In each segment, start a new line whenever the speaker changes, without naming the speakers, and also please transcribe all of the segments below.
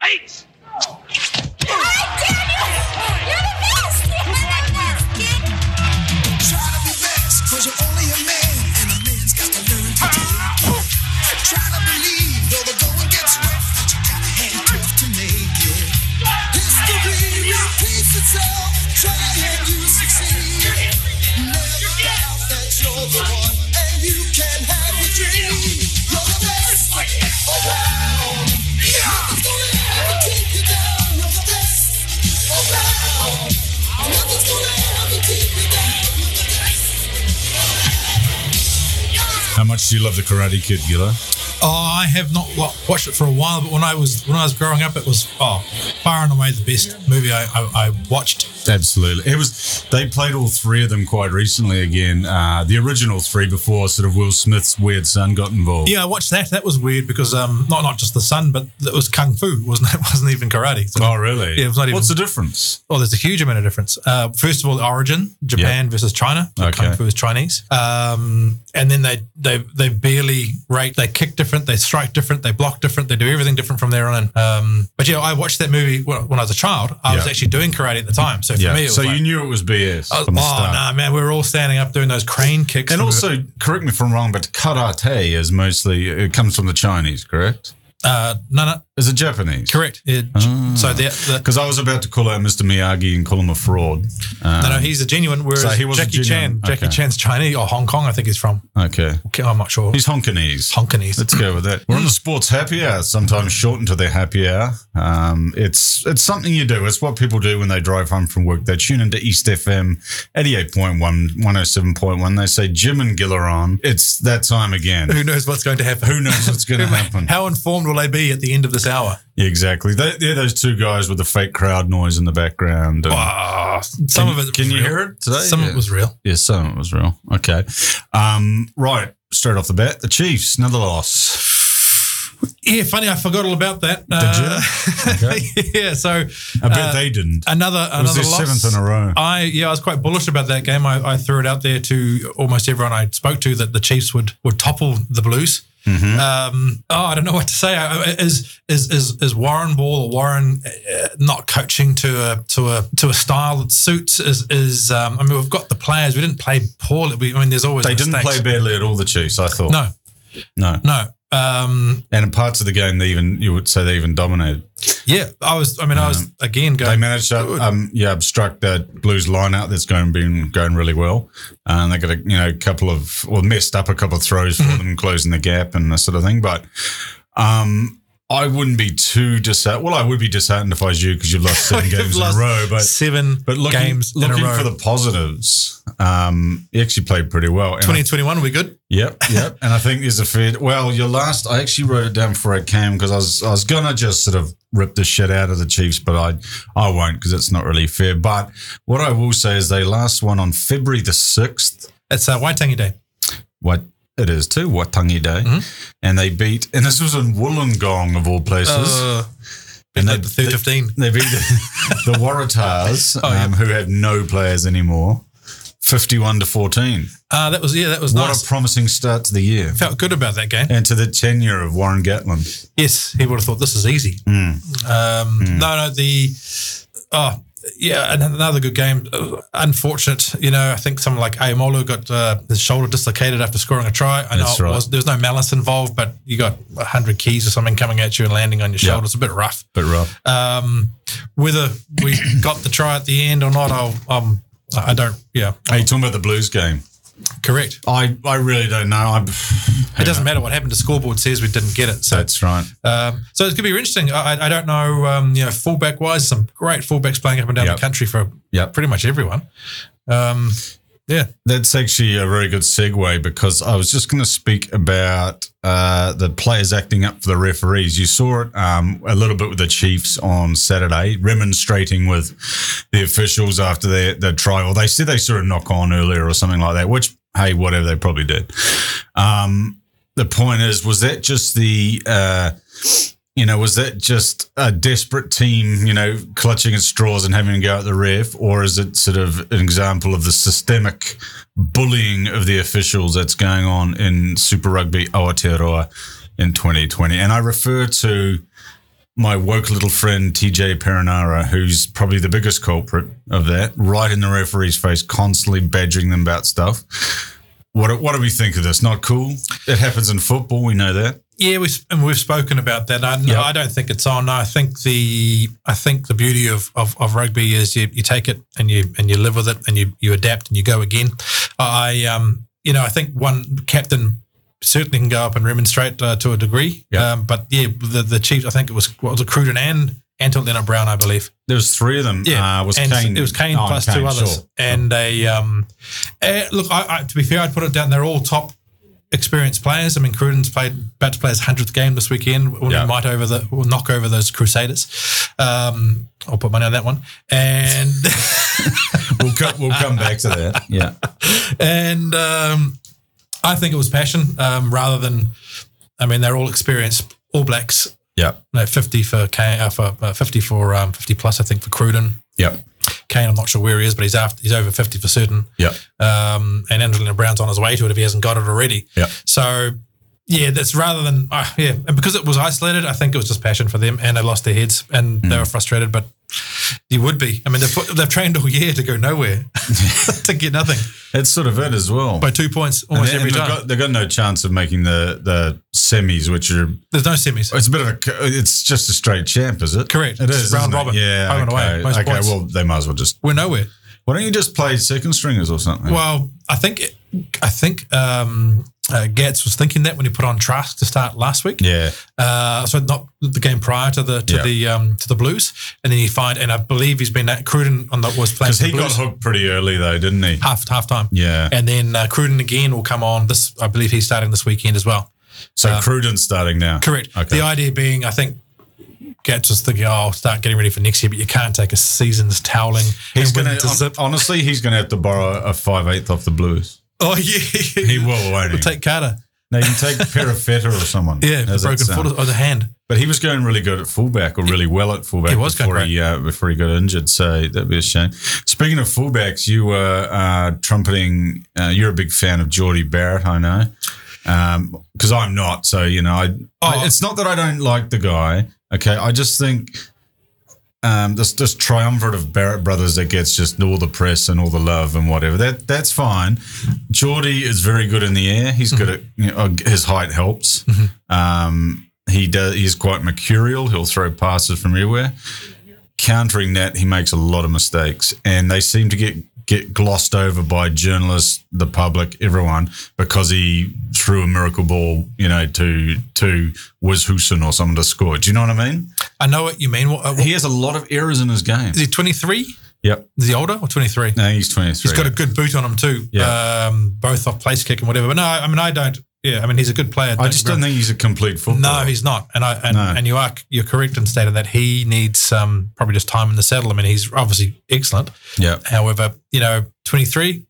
plates!
All right, Daniel! You're the best! You're the best, kid!
Try to be best, cause you're only a man, and a man's got to learn to take. Try to believe, though the going gets rough, that you gotta handcuff to make it. History repeats itself, try and you succeed. Never doubt that you're the one, and you can have your dream. You're the best around. Nothing's gonna ever keep you down. You're the best around. Nothing's gonna ever keep you down. You're the best.
How much do you love the Karate Kid, Gila?
Oh, I have not wa- watched it for a while, but when I was when I was growing up, it was oh, far and away the best movie I, I, I watched.
Absolutely. It was. They played all three of them quite recently again. Uh, the original three before sort of Will Smith's weird son got involved.
Yeah, I watched that. That was weird because um, not not just the sun, but it was kung fu, wasn't it? Wasn't even karate. So,
Oh, really?
Yeah, it was not even-
What's the difference?
oh, there's a huge amount of difference. Uh, first of all, the origin: Japan versus China. The
Okay.
Kung fu is Chinese. Um, and then they they they barely rate. They kick different. They strike different. They block different. They do everything different from there on in. Um, but yeah, I watched that movie when, when I was a child. I was
Yeah.
actually doing karate at the time, so for
Yeah.
me, it was
so
like,
you knew it was BS.
I was-
from the
oh
start.
no, man, we were all standing up doing those crane kicks,
And
we were-
also, correct me if I'm wrong, but karate is mostly it comes from the Chinese, correct?
uh, no, no,
Is it Japanese?
correct. Yeah,
Ah.
So the, the
Because I was about to call out Mr. Miyagi and call him a fraud.
No, no, he's a genuine. Whereas
So he was a
Jackie
genuine,
Chan, Jackie
okay.
Chan's Chinese or Hong Kong, I think he's from.
Uh, Okay,
Okay, I'm not sure. He's
he's Hongkonese.
Hongkonese.
Let's go with that. We're on the sports happy hour, sometimes shortened to their happy hour. Um, it's it's something you do. It's what people do when they drive home from work. They tune into East FM 88.1, 107.1. They say Jim and Gill are on. It's that time again.
Who knows what's going to happen?
Who knows what's going to happen?
How informed will they be at the end of this hour?
Yeah, exactly. They, they're those two guys with the fake crowd noise in the background. and-
Some of it.
Ah, can
was
you
real.
hear it today?
Some of
Yeah.
it was real.
Yeah, some of it was real. Okay. Um, right. Straight off the bat, the Chiefs, another loss.
Yeah, funny. I forgot all about that. Uh,
you?
yeah. So
I bet
uh,
they didn't.
another
It was
another
their
loss. Oh,
seventh in a row.
I yeah, I was quite bullish about that game. I, I threw it out there to almost everyone I spoke to that the Chiefs would would topple the Blues.
Mm-hmm.
Um, oh, I don't know what to say. I- I- Is is is, is Warren Ball or Warren uh, not coaching to a to a to a style that suits? Is is um, I mean, we've got the players. We didn't play poorly. We, I mean, there's always
They didn't
mistakes.
play badly at all, the Chiefs, I thought.
No,
No.
no. Um,
And in parts of the game, they even, you would say they even dominated.
yeah, I was. I mean, I was again
They
going.
managed to, um, yeah, obstruct that Blues line out that's going, been going really well. Uh, And they got a, you know, couple of, or messed up a couple of throws for them, closing the gap and that sort of thing. But, um, I wouldn't be too disheartened. Well, I would be disheartened if I was you because you've lost seven
We've
games
lost
in a row. But
seven
But looking,
games
looking
in a row.
for the positives, um, he actually played pretty well. And I-
2021, we good.
yep, yep. and I think there's a fair. Well, your last, I actually wrote it down before I came because I was I was gonna just sort of rip the shit out of the Chiefs, but I I won't because it's not really fair. But what I will say is they last won on February the sixth.
It's uh, Waitangi Day.
What it is too Waitangi Day,
Mm-hmm.
and they beat. And this was in Wollongong of all places.
Uh,
and
like the third 15.
They beat the, the Waratahs,
Oh,
um, who have no players anymore, fifty-one to fourteen.
Uh, that was yeah, that was nice.
What a promising start to the year
Felt good about that game.
and to the tenure of Warren Gatlin.
Yes, he would have thought this is easy.
Hmm.
Um, No, no, the oh yeah, an- another good game. Uh, Unfortunate, you know. I think someone like Aimolu got uh, his shoulder dislocated after scoring a try. I know
That's
it
right.
was, there was no malice involved, but you got hundred keys or something coming at you and landing on your shoulder. It's a bit rough.
But Rob,
Um, whether we got the try at the end or not, I'll, um, I don't. Yeah,
are you talking about the Blues game?
correct.
I, I really don't know. I,
It doesn't matter what happened. The scoreboard says we didn't get it. So
That's right.
Um, so it's going to be interesting. I, I- I don't know, um, you know, fullback wise, some great fullbacks playing up and down
Yep.
the country for uh,
Yep.
pretty much everyone. Um, yeah,
That's actually a very good segue because I was just going to speak about uh, the players acting up for the referees. You saw it um, a little bit with the Chiefs on Saturday, remonstrating with the officials after their, their trial. They said they saw a knock on earlier or something like that, which, hey, whatever, they probably did. Um, the point is, was that just the. Uh, you know, was that just a desperate team, you know, clutching at straws and having a go at the ref, or is it sort of an example of the systemic bullying of the officials that's going on in Super Rugby Aotearoa in 2020? And I refer to my woke little friend TJ Perinara, who's probably the biggest culprit of that, right in the referee's face, constantly badgering them about stuff. What do, what do we think of this? Not cool. It happens in football. We know that.
Yeah, we and we've spoken about that. I, no,
Yeah.
I don't think it's on. I think the I think the beauty of, of, of rugby is you, you take it and you and you live with it and you you adapt and you go again. I um you know I think one captain certainly can go up and remonstrate uh, to a degree.
Yeah.
Um, but yeah, the the Chiefs. I think it was what was it Cruden and and Leonard Brown, I believe.
There was three of them.
Yeah,
uh, was
and
Kane.
It was Kane
Oh,
plus two others,
sure.
and they um, eh, look. I, I, to be fair, I'd put it down. They're all top experienced players. I mean, Cruden's played about to play his hundredth game this weekend. Will
Yeah.
he might over the will knock over those Crusaders. Um, I'll put money on that one. And
We'll come, we'll come back to that. Yeah.
and um, I think it was passion um, rather than. I mean, they're all experienced All Blacks.
Yep.
No, fifty for Kane, uh, for uh, fifty for um, fifty plus. I think for Cruden.
Yep.
Kane, I'm not sure where he is, but he's after he's over fifty for certain.
Yep.
um, and Angelina Brown's on his way to it if he hasn't got it already.
Yeah.
So, yeah, that's rather than uh, yeah, and because it was isolated, I think it was just passion for them, and they lost their heads and
Mm.
they were frustrated. But you would be. I mean, they've, put- they've trained all year to go nowhere, to get nothing
That's sort of it as well.
by two points
And
almost
they- and
every
they've
time.
got, they've got no chance of making the, the semis, which are
There's no semis.
It's a bit of a. It's just a straight champ, is it?
Correct.
It
It's
is isn't
round
it?
robin.
Yeah.
Home and away,
okay.
most
okay.
points.
Well, they might as well just.
We're nowhere.
Why don't you just play second stringers or something?
Well, I think I think um, uh, Gats was thinking that when he put on Trask to start last week.
yeah.
Uh, so not the game prior to the to
Yeah.
the um, to the Blues, and then you find, and I believe he's been at Cruden on the was playing
Because
for
he
the
got
Blues
hooked pretty early though, didn't he?
half half time,
Yeah.
and then uh, Cruden again will come on this. I believe he's starting this weekend as well.
So Cruden's starting now.
uh, Correct.
Okay.
The idea being, I think. Gats was thinking, oh, I'll start getting ready for next year, but you can't take a season's toweling.
he's
and
gonna
win to
hon-
zip.
honestly, he's gonna have to borrow a five eighth off the Blues.
Oh yeah,
He will, won't he?
We'll take Carter.
now you can take Perifetta or someone.
Yeah,
How's
the
that
broken
sound?
foot or the hand.
But he was going really good at fullback, or really well at fullback.
He was going
before he uh, before he got injured. So that'd be a shame. Speaking of fullbacks, you were uh, trumpeting. Uh, you're a big fan of Geordie Barrett, I know, because I'm not. So you know, I,
Oh.
I- it's not that I don't like the guy. Okay, I just think. Um, this this triumvirate of Barrett brothers that gets just all the press and all the love and whatever that that's fine. Geordie is very good in the air. He's
Hmm.
good at you know, uh, his height helps.
Mm-hmm.
Um, he does. He's quite mercurial. He'll throw passes from everywhere. Countering that, he makes a lot of mistakes, and they seem to get get glossed over by journalists, the public, everyone, because he threw a miracle ball, you know, to to Wiz Hooson or someone to score. Do you know what I mean?
I know what you mean. What, uh, what-
He has a lot of errors in his game.
is he 23?
Yep.
Is he older or 23?
No, he's twenty three.
He's got a good boot on him too.
Yeah.
Um, both off place kick and whatever. But no, I mean I don't. Yeah, I mean he's a good player.
I just don't think he's a complete footballer.
No, he's not. And I and,
No.
and you are you're correct in stating that he needs um, probably just time in the saddle. I mean he's obviously excellent.
yeah.
However, you know, 23.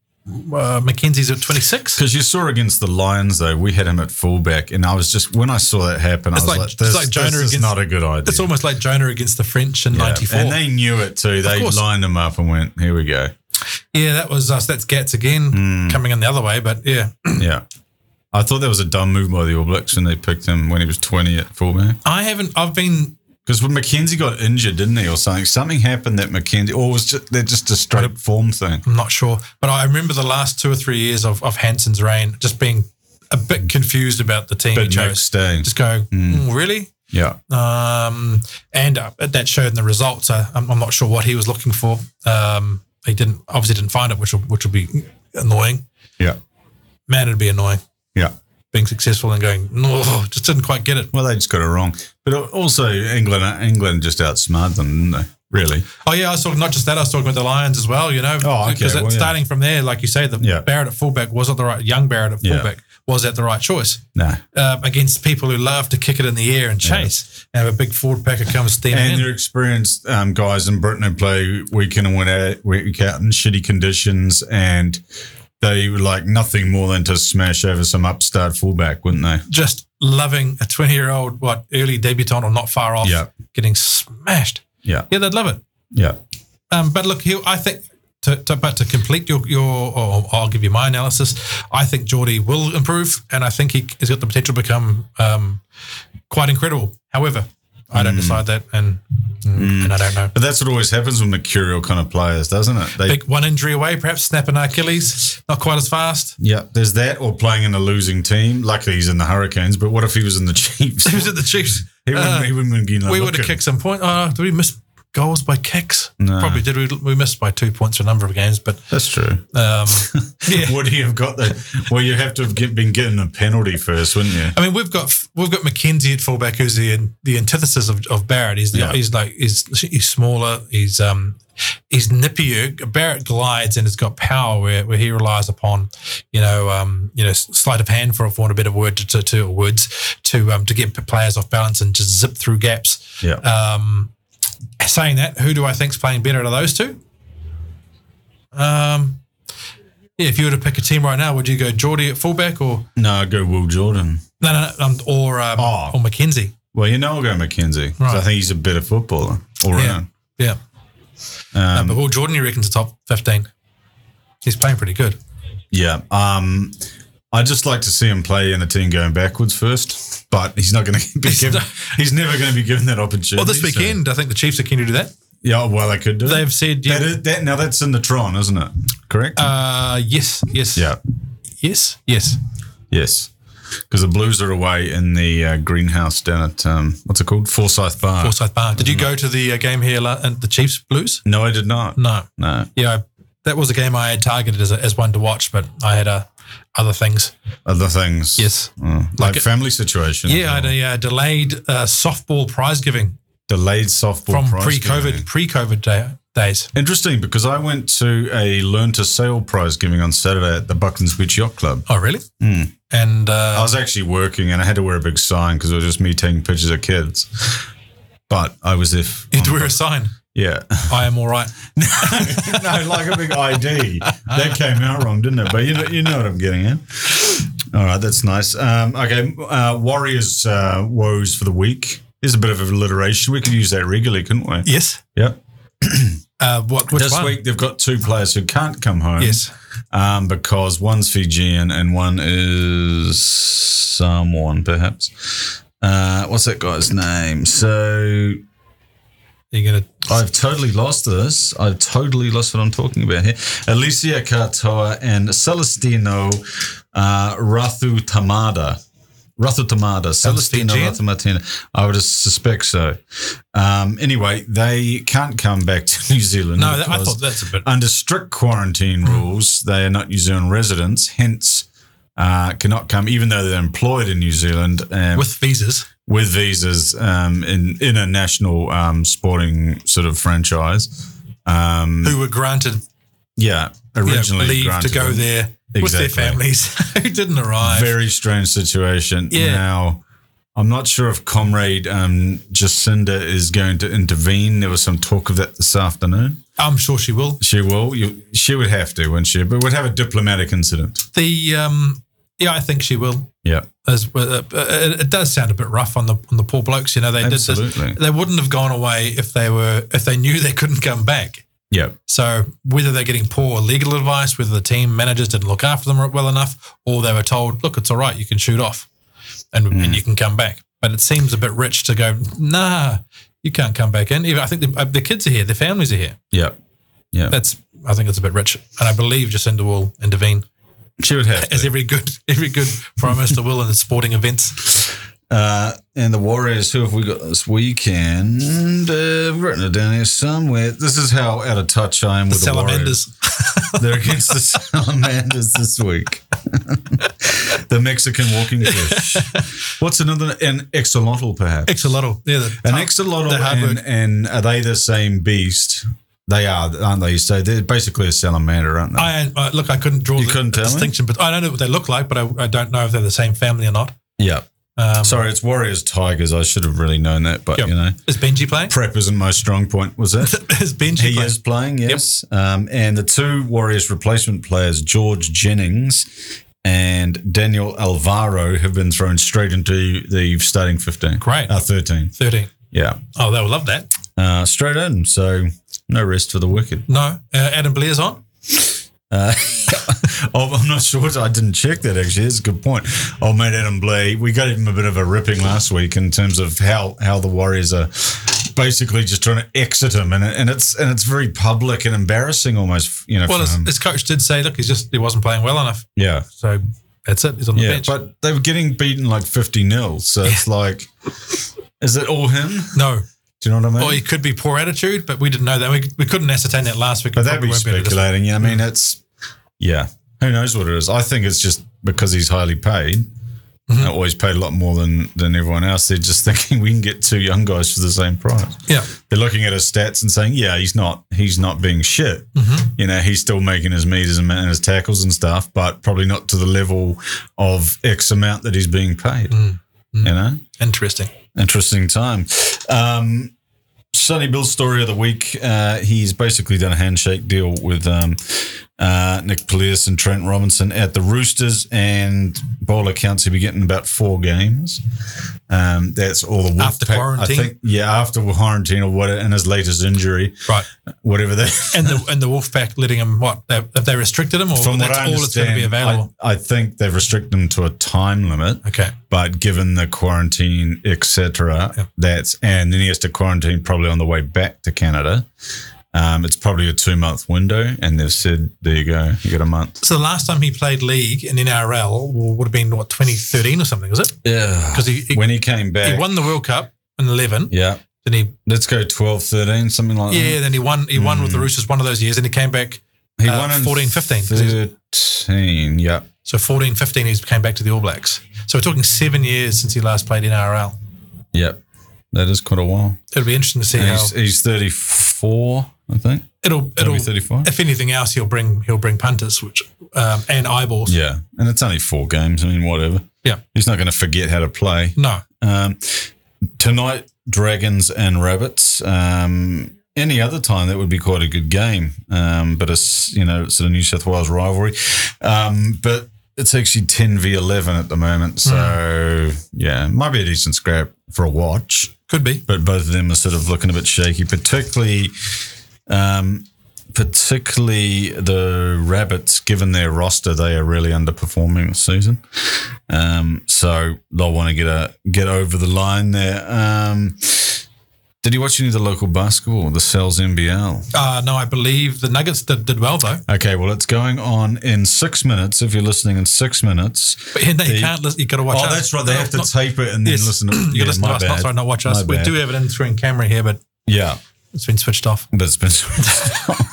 Uh, Mackenzie's at 26.
Because you saw against the Lions, though, we had him at fullback, and I was just when I saw that happen,
It's
I was
like-
like,
it's
"This,
like Jonah
this is
against-
not a good idea."
It's almost like Jonah against the French in
Yeah.
94.
and they knew it too. They
course.
lined him up and went, "Here we go."
yeah, that was us. That's Gats again
Hmm.
coming in the other way. But yeah,
yeah, I thought that was a dumb move by the All Blacks when they picked him when he was twenty at fullback.
I haven't. I've been
Because when McKenzie got injured, didn't he, or something? Something happened that McKenzie, or was just they're just a straight form thing.
I'm not sure, but I remember the last two or three years of, of Hansen's reign just being a bit confused about the team he
But
chose.
Nick Stain,
Just go,
Hmm.
"Mm, really?
yeah,
Um, and uh, that showed in the results. Uh, I'm, I'm not sure what he was looking for. Um, he didn't obviously didn't find it, which will, which will be annoying.
yeah,
Man, it'd be annoying
yeah.
being successful and going, no, just didn't quite get it.
Well, they just got it wrong. But also, England, England just outsmarted them, didn't they? Really?
Oh yeah, I was talking not just that. I was talking about the Lions as well. You know,
Oh, okay.
because it-
Well, yeah.
starting from there, like you say, the
Yeah.
Barrett at fullback wasn't the right young Barrett at
Yeah.
fullback. Was that the right choice?
No.
uh, against people who love to kick it in the air and chase. And have a big forward packer comes steaming
And
in.
your experienced um, guys in Britain who play week in and week out, week out in shitty conditions, and they would like nothing more than to smash over some upstart fullback, wouldn't they?
Just loving a 20 year old, what, early debutant or not far off,
Yeah.
getting smashed.
Yeah,
Yeah, they'd love it.
yeah,
Um, but look, he'll, I think, to, to, but to complete your, your or I'll give you my analysis, I think Geordie will improve. And I think he, he's got the potential to become um, quite incredible. However, I don't decide that, and mm, and I don't know.
Mm. But that's what always happens with mercurial kind of players, doesn't it? They,
Big one injury away, perhaps snapping Achilles, not quite as fast.
yeah, there's that, or playing in a losing team. Luckily, he's in the Hurricanes, but what if he was in the Chiefs?
He was at the Chiefs.
He wouldn't,
Uh,
he wouldn't have been
we
looking.
would have kicked some point. Oh, did we miss goals by kicks? Probably did. We, we missed by two points for a number of games, but
That's true.
um, yeah.
Would he have got the? Well, you have to have get, been getting a penalty first, wouldn't you?
I mean, we've got we've got McKenzie at fullback, who's the the antithesis of, of Barrett. He's the,
Yeah.
he's like he's he's smaller. He's um he's nippier. Barrett glides and has got power where, where he relies upon you know um you know sleight of hand for for want of a better word to, to, to or words to um to get players off balance and just zip through gaps.
Yeah.
Um, saying that, who do I think's playing better out of those two? Um. Yeah, if you were to pick a team right now, would you go Geordie at fullback or
no, I'd go Will Jordan.
no, no, no um, or um,
Oh.
or McKenzie.
Well, you know, I'll go McKenzie. 'cause I
Right.
think he's a better footballer all
Yeah,
round.
yeah.
Um,
No, but Will Jordan, you reckon's the top fifteen. He's playing pretty good.
Yeah. Um, I just like to see him play in a team going backwards first, but he's not going to be given.
not-
he's never going to be given that opportunity.
Well, this
so-
weekend, I think the Chiefs are keen to do that.
yeah. oh, Well, they could do. it.
They've said yeah,
That is- that- now that's in the Tron, isn't it? Correct.
uh, yes, yes,
yeah.
yes, yes.
Yes. Because the Blues are away in the uh, greenhouse down at um, what's it called, Forsyth Bar.
Forsyth Bar. Did you go to the uh, game here la- and the Chiefs Blues?
No, I did not.
No.
No.
Yeah, I, that was a game I had targeted as, a, as one to watch, but I had uh, other things.
Other things.
Yes.
Oh, like,
Like it-
family situation.
Yeah, I had a uh, delayed uh, softball prize giving
Delayed softball
from
prize
pre-COVID
giving.
pre-COVID day, days.
Interesting because I went to a Learn to Sail prize giving on Saturday at the Buckland's Beach Yacht Club.
Oh, really?
Hmm.
And uh,
I was actually working and I had to wear a big sign because it was just me taking pictures of kids. But I was if
You had to wear a sign.
yeah
I am all right.
no like a big ID that came out wrong didn't it but you know, you know what I'm getting at all right that's nice um, okay uh, Warriors uh, woes for the week there's a bit of alliteration we could use that regularly couldn't we
Yes.
yep
Uh, what? Which
this
one?
week they've got two players who can't come home
Yes.
um, because one's Fijian and one is someone, perhaps. Uh, what's that guy's name? So
You're gonna.
I've totally lost this. I've totally lost what I'm talking about here. Alicia Katoa and Celestino uh, Rathu Tamada. Rathu Tamada, Celestino
Fijian?
Rathu Matena. I would suspect so. Um, anyway, they can't come back to New Zealand.
No, that, I
because-
thought that's a bit.
under strict quarantine rules, they are not New Zealand residents, hence uh, cannot come, even though they're employed in New Zealand um,
with
with,
visas,
visas um, in, in a national um, sporting sort of franchise.
who were granted
Yeah,
you know,
hmm. originally
leave
granted
to go
them.
there with
Exactly.
their families who didn't arrive.
Very strange situation.
Yeah.
Now, I'm not sure if Comrade um, Jacinda is going to intervene. There was some talk of that this afternoon.
I'm sure she will.
She will. You, she would have to, wouldn't she? But would have a diplomatic incident.
The um, yeah, I think she will.
Yeah.
As uh, it, it does sound a bit rough on the on the poor blokes. You know, they
Absolutely.
did this. They wouldn't have gone away if they were if they knew they couldn't come back.
Yeah.
So whether they're getting poor legal advice, whether the team managers didn't look after them well enough, or they were told, "Look, it's all right, you can shoot off, and,
Mm.
and you can come back." But it seems a bit rich to go, "Nah, you can't come back in." Even I think the, uh, the kids are here, their families are here.
Yeah. Yeah.
That's I think it's a bit rich, and I believe Jacinda will intervene,
She would have.
as every good every good prime minister will in sporting events.
Uh, and the Warriors, who have we got this weekend? Uh, I've written it down here somewhere. This is how out of touch I am with the Warriors.
Salamanders,
They're against the Salamanders this week. the Mexican walking fish. What's another? An axolotl, perhaps.
Exolotl, yeah, the,
An axolotl
the hard
and,
work.
and are they the same beast? They are, aren't they? So they're basically a salamander, aren't they?
I uh, look, I couldn't draw
You
the
couldn't tell me?
distinction, but I don't know what they look like, but I, I don't know if they're the same family or not.
yeah.
Um,
Sorry, it's Warriors Tigers. I should have really known that, but
Yep.
you know,
Is Benji playing?
prep isn't my strong point, was it?
Is Benji
He
playing?
is playing, yes. Um, and the two Warriors replacement players, George Jennings and Daniel Alvaro, have been thrown straight into the starting 15.
Great.
Uh, 13.
13.
Yeah.
Oh, they'll love that.
Uh, straight in. So no rest for the wicked.
No, uh, Adam Blair's on.
Uh, oh, I'm not sure. I didn't check that actually. That's a good point. Old mate Adam Blee, we got him a bit of a ripping last week in terms of how how the Warriors are basically just trying to exit him, and, it- and it's and it's very public and embarrassing almost. You know,
Well,
for
his,
him.
his coach did say, look, he's just he wasn't playing well enough.
yeah,
So that's it. He's on the
yeah.
bench.
But they were getting beaten like 50 nil, so it's like, is it all him?
no.
Do you know what I mean?
Or Oh, he could be poor attitude, but we didn't know that. We, we couldn't ascertain that last week.
But
We
that'd
probably
be
won't able to dis-
speculating. Yeah, I mean, it's yeah. Who knows what it is? I think it's just because he's highly paid.
Mm-hmm.
Always paid a lot more than than everyone else. They're just thinking we can get two young guys for the same price.
Yeah.
They're looking at his stats and saying, "Yeah, he's not he's not being shit.
Mm-hmm.
You know, he's still making his meters and and his tackles and stuff, but probably not to the level of X amount that he's being paid."
Mm.
You know,
Interesting.
Interesting time. Um, Sonny Bill's story of the week. Uh, he's basically done a handshake deal with um, uh, Nick Polius and Trent Robinson at the Roosters, and bowler counts he'll be getting about four games. Um, that's all the
After
Wolfpack-
quarantine?
I think, yeah, after quarantine or what, and his latest injury,
Right.
whatever that.
And the and the Wolfpack letting him what? They, have they restricted him or
From what
that's
I
all that's going to be
understand, I,
available?
I think they've restricted him to a time limit.
okay.
but given the quarantine, etc.,
Yeah.
that's and then he has to quarantine probably on the way back to Canada. Um, it's probably a two month window, and they've said, "There you go, you got a month."
So the last time he played league in NRL would have been what 2013 or something, was it?
Yeah,
Because he, he,
when he came back,
he won the World Cup in 11.
yeah, Uh-huh.
Then he
let's go 12, 13, something like
yeah, then he won he won
Mm.
with the Roosters one of those years, and he came back.
that. He
uh, 14, 15, 'cause he's-
thirteen. Yeah,
So 14, 15, he came back to the All Blacks. So we're talking seven years since he last played NRL.
yeah, that is quite a while.
It'll be interesting to see
And
how
he's, he's thirty four, I think.
it'll
It'll
it'll
be thirty five.
if anything else he'll bring he'll bring punters which um, and eyeballs.
Yeah, and it's only four games. I mean, whatever.
Yeah.
he's not going to forget how to play.
No.
Um, tonight, Dragons and Rabbits. Um, any other time that would be quite a good game, um, but it's you know it's a New South Wales rivalry. Um, but it's actually ten v eleven at the moment, so yeah, might be a decent scrap for a watch.
Could be.
But both of them are sort of looking a bit shaky, particularly. Um, Particularly the rabbits, given their roster, they are really underperforming this season. Um, so they'll want to get a get over the line there. Um, did you watch any of the local basketball, the Cells NBL?
Uh, no, I believe the Nuggets did, did well though.
Okay, well, it's going on in six minutes. If you're listening in six minutes,
But you
The-
can't listen. You got to watch.
oh,
us.
that's right. They have to
Not-
tape it and then
yes.
listen. To,
you
yeah,
can listen
my
to us. Not
bad.
sorry, not watch us.
My
We
bad.
do have it in through in camera here, but
Yeah,
it's been switched off.
but it's been.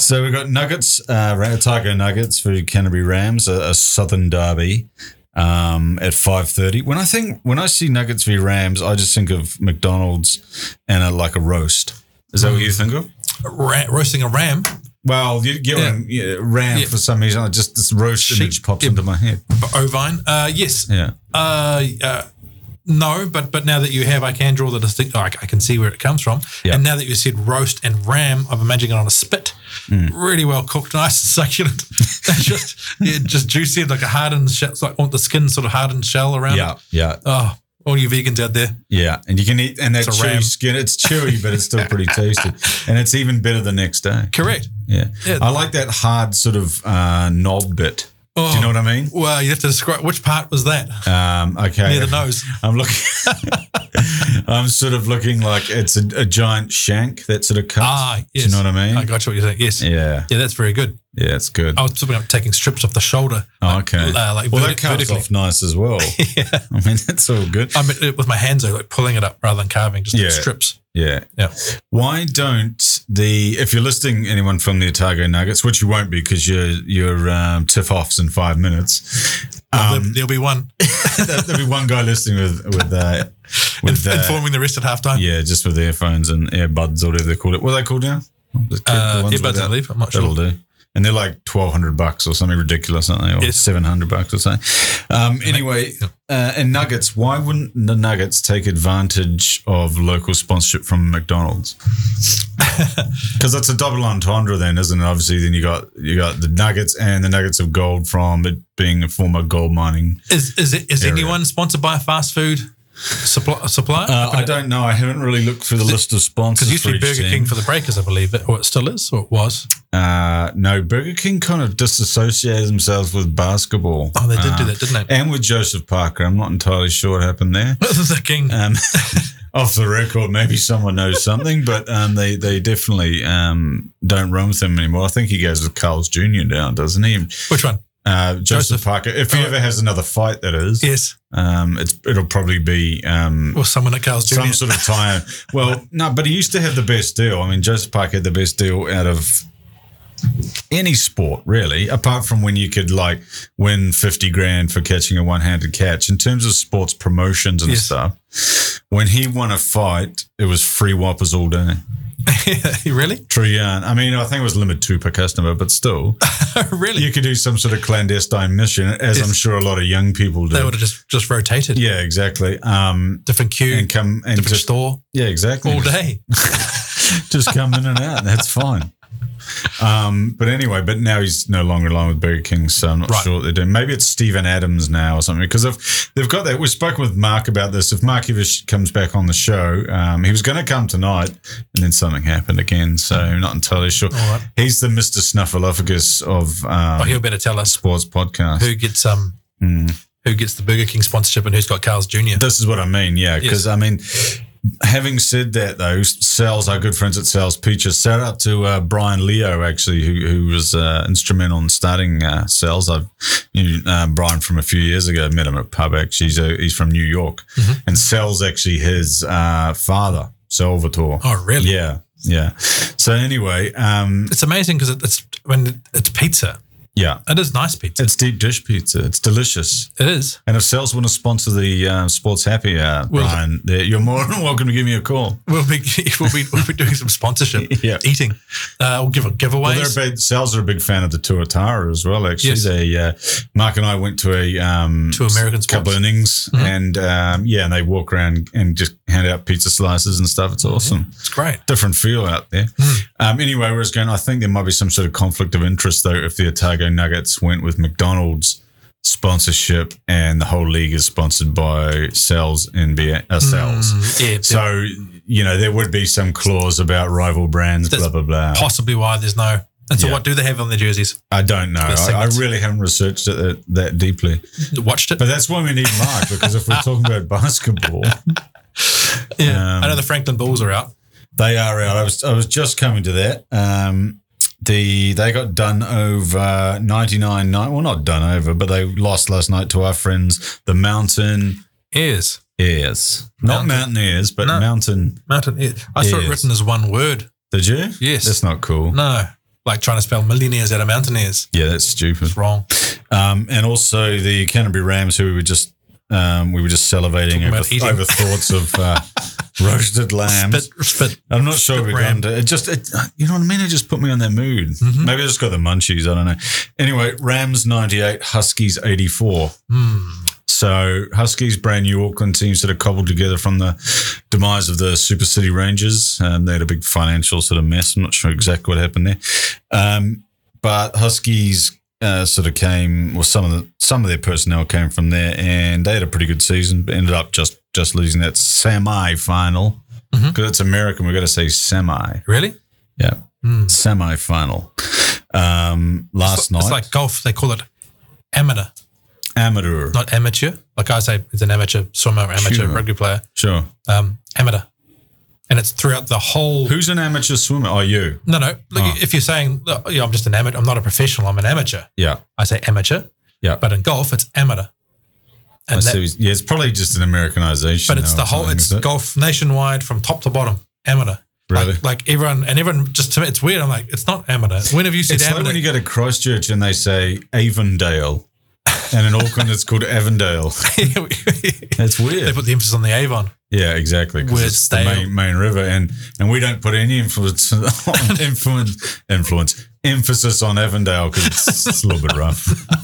so we've got Nuggets, uh, Raotago Nuggets for Canterbury Rams, a, a Southern derby. um, at five thirty. When I think when I see Nuggets v Rams, I just think of McDonald's and a, like a roast. Is that what you think of?
Ra- roasting a ram,
Well, you get
Yeah.
one yeah, Ram
Yeah.
for some reason. I just this roast
Sheep.
image pops
Yeah.
into my head.
but ovine. Uh, yes.
Yeah,
Uh, uh, no, but but now that you have, I can draw the distinction. I, I can see where it comes from.
Yeah.
And now that you said roast and ram, I'm imagining it on a spit,
Hmm.
really well cooked, nice and succulent, and just yeah, just juicy, like a hardened shell, it's like the skin sort of hardened shell around.
yeah,
It.
yeah,
Oh, all you vegans out there,
yeah. And you can eat and that
It's a
chewy
ram.
skin. It's chewy, but it's still pretty tasty, and it's even better the next day.
correct?
Yeah,
Yeah.
I like that hard sort of uh, knob bit. Do
Oh.
you know what I mean?
Well, you have to describe which part was that
Um, okay,
near the nose.
I'm looking. I'm sort of looking like it's a, a giant shank that sort of cuts.
Ah, yes.
Do you know what I mean?
I got you what you're saying. Yes.
yeah,
Yeah, that's very good.
yeah, it's good.
I was talking about taking strips off the shoulder.
Oh, okay.
uh, like
well,
verti-
that cuts
vertically. Oh.
off nice as well. I mean, that's all good.
I mean, with my hands, though, like pulling it up rather than carving, just
Yeah.
strips.
Yeah.
Yeah.
Why don't the if you're listing anyone from the Otago Nuggets, which you won't be because you're you're um, tiff offs in five minutes.
Well, there-
Um,
There'll be one
there'll be one guy listening with with uh, with
Inf-
uh,
informing the rest at halftime.
yeah, just with earphones and earbuds or whatever they're called. What are they called now? The- the
Uh,
ones
earbuds, I
without-
believe. I'm not
That'll
sure.
do. And they're like twelve hundred bucks or something ridiculous, aren't they? Or
Yes.
seven hundred bucks or something. Um, anyway, uh, and Nuggets. Why wouldn't the Nuggets take advantage of local sponsorship from McDonald's? Because that's a double entendre, then, isn't it? Obviously, then you got you got the Nuggets and the Nuggets of Gold from it being a former gold mining.
Is is, it, is
Area.
anyone sponsored by fast food? Supply, supply?
Uh, I don't know. I haven't really looked through the list of sponsors.
Because it used to be
for each
Burger
team.
King for the Breakers, I believe, that- or it still is, or it was.
Uh, no, Burger King kind of disassociated themselves with basketball.
Oh, they did
Uh,
do that, didn't they?
And with Joseph Parker. I'm not entirely sure what happened there.
the King.
Um, off the record, maybe someone knows something, but um, they, they definitely um, don't run with him anymore. I think he goes with Carl's Jr. now, doesn't he?
Which one?
Uh, Joseph,
Joseph.
Parker. If he
Oh.
ever has another fight, that is,
Yes.
um, it's, it'll probably be um,
Or someone at Carl's Jr.
some sort of tie-in. Well, no, but he used to have the best deal. I mean, Joseph Park had the best deal out of any sport, really, apart from when you could like win fifty grand for catching a one-handed catch. In terms of sports promotions and
Yes.
stuff, when he won a fight, it was free whoppers all day.
really?
True yarn. I mean, I think it was limited two per customer, but still,
Oh, really?
you could do some sort of clandestine mission, as I'm
Yes.
sure a lot of young people
they
do.
would have just, just rotated.
Yeah, exactly. Um,
Different queue,
and come and
different
just
store,
yeah, exactly.
all day.
just come in and out. That's fine. Um, but anyway, but now he's no longer along with Burger King, so I'm not
Right.
sure what they're doing. Maybe it's Stephen Adams now or something because if they've got that, we've spoken with Mark about this. If Mark ever sh- comes back on the show, um, he was going to come tonight, and then something happened again, so I'm not entirely sure.
All right.
He's the Mister Snuffleupagus of um,
Oh, he'll better tell us
sports podcast.
who gets um
Mm.
who gets the Burger King sponsorship and who's got Carl's Jr.
This is what I mean, yeah.
Yes.
Because I mean, having said that, though, Sal's our good friends at Sal's Peaches. Shout out to uh, Brian Leo, actually, who who was uh, instrumental in starting uh, Sal's. I've you know, uh, Brian from a few years ago. Met him at a pub. Actually, he's, a, he's from New York,
Mm-hmm.
and Sal's actually his uh, father, Salvatore.
Oh, really?
Yeah, yeah. So anyway, um,
It's amazing because it, it's when it's pizza.
yeah.
It is nice pizza.
It's deep dish pizza. It's delicious.
It is.
And if Sales want to sponsor the uh, Sports Happy, uh,
Well-
Brian, you're more than welcome to give me a call.
We'll be we'll be, we'll be doing some sponsorship,
Yeah.
eating. Uh, we'll give
Well,
giveaways.
they're a big, sales are a big fan of the Tuatara as well. Actually,
Yes.
they uh, Mark and I went to a um,
To American
couple
sports. Mm-hmm.
innings, and um, yeah, and they walk around and just hand out pizza slices and stuff. It's
Mm-hmm.
awesome.
it's great.
Different feel out there.
Mm.
Um, anyway, whereas going, I think there might be some sort of conflict of interest though if the Otago Nuggets went with McDonald's sponsorship and the whole league is sponsored by Sales NBA uh, Sales.
Mm, Yeah.
So you know there would be some clause about rival brands,
That's
blah blah blah.
possibly why there's no. And so,
Yeah.
what do they have on their jerseys?
I don't know.
Let's
I,
take
I
it.
really haven't researched it that, that deeply.
Watched it.
But that's why we need Mark because if we're talking about basketball,
yeah.
um,
I know the Franklin Bulls are out.
they are out. I was I was just coming to that. Um, the they got done over ninety nine nine. Well, not done over, but they lost last night to our friends the Mountain
Ears.
Ears, not
Mountain-
Mountaineers, but
No.
Mountain.
Mountain Ears. I saw it
Ears.
written as one word.
Did you?
Yes.
that's not cool.
No. Like trying to spell millionaires out of mountaineers.
Yeah, that's stupid.
It's wrong.
Um, and also the Canterbury Rams, who we were just um, we were just salivating
about
over,
eating.
over thoughts of uh, roasted lambs.
Spit, spit.
I'm not sure
spit
we're
ram.
going to. It just, it, you know what I mean? It just put me on that mood. Maybe I just got the munchies. I don't know. Anyway, Rams 98, Huskies 84. Hmm. So Huskies, brand new Auckland team, sort of cobbled together from the demise of the Super City Rangers. Um, they had a big financial sort of mess. I'm not sure exactly what happened there, um, but Huskies uh, sort of came, or some of the some of their personnel came from there, and they had a pretty good season, but ended up just just losing that semi final because it's American. We've got to say semi,
Really?
yeah, semi final. Um, last night,
It's like golf. They call it amateur,
amateur.
not amateur. Like I say, it's an amateur swimmer, or amateur
Sure.
rugby player,
sure,
um, amateur. And it's throughout the whole.
who's an amateur swimmer? Are you?
No, no. Look,
Ah.
If you're saying, "Look, you know, I'm just an amateur, I'm not a professional, I'm an amateur.
Yeah.
I say amateur,
Yeah.
but in golf, it's amateur.
I
And that-
see what you- yeah, it's probably just an Americanization.
but it's
now
the
or
whole,
something,
it's
is it?
golf nationwide from top to bottom, amateur.
Really?
Like, like everyone, and everyone just to me, it's weird. I'm like, it's not amateur. When have you said
It's like
amateur?
when you go to Christchurch and they say Avondale, and in Auckland it's called Avondale. That's
they
weird.
put the emphasis on the Avon.
yeah, exactly. 'cause
Where's
it's the
Dale?
main, main river, and and we don't put any influence on influence influence emphasis on Avondale because it's, it's a little bit rough.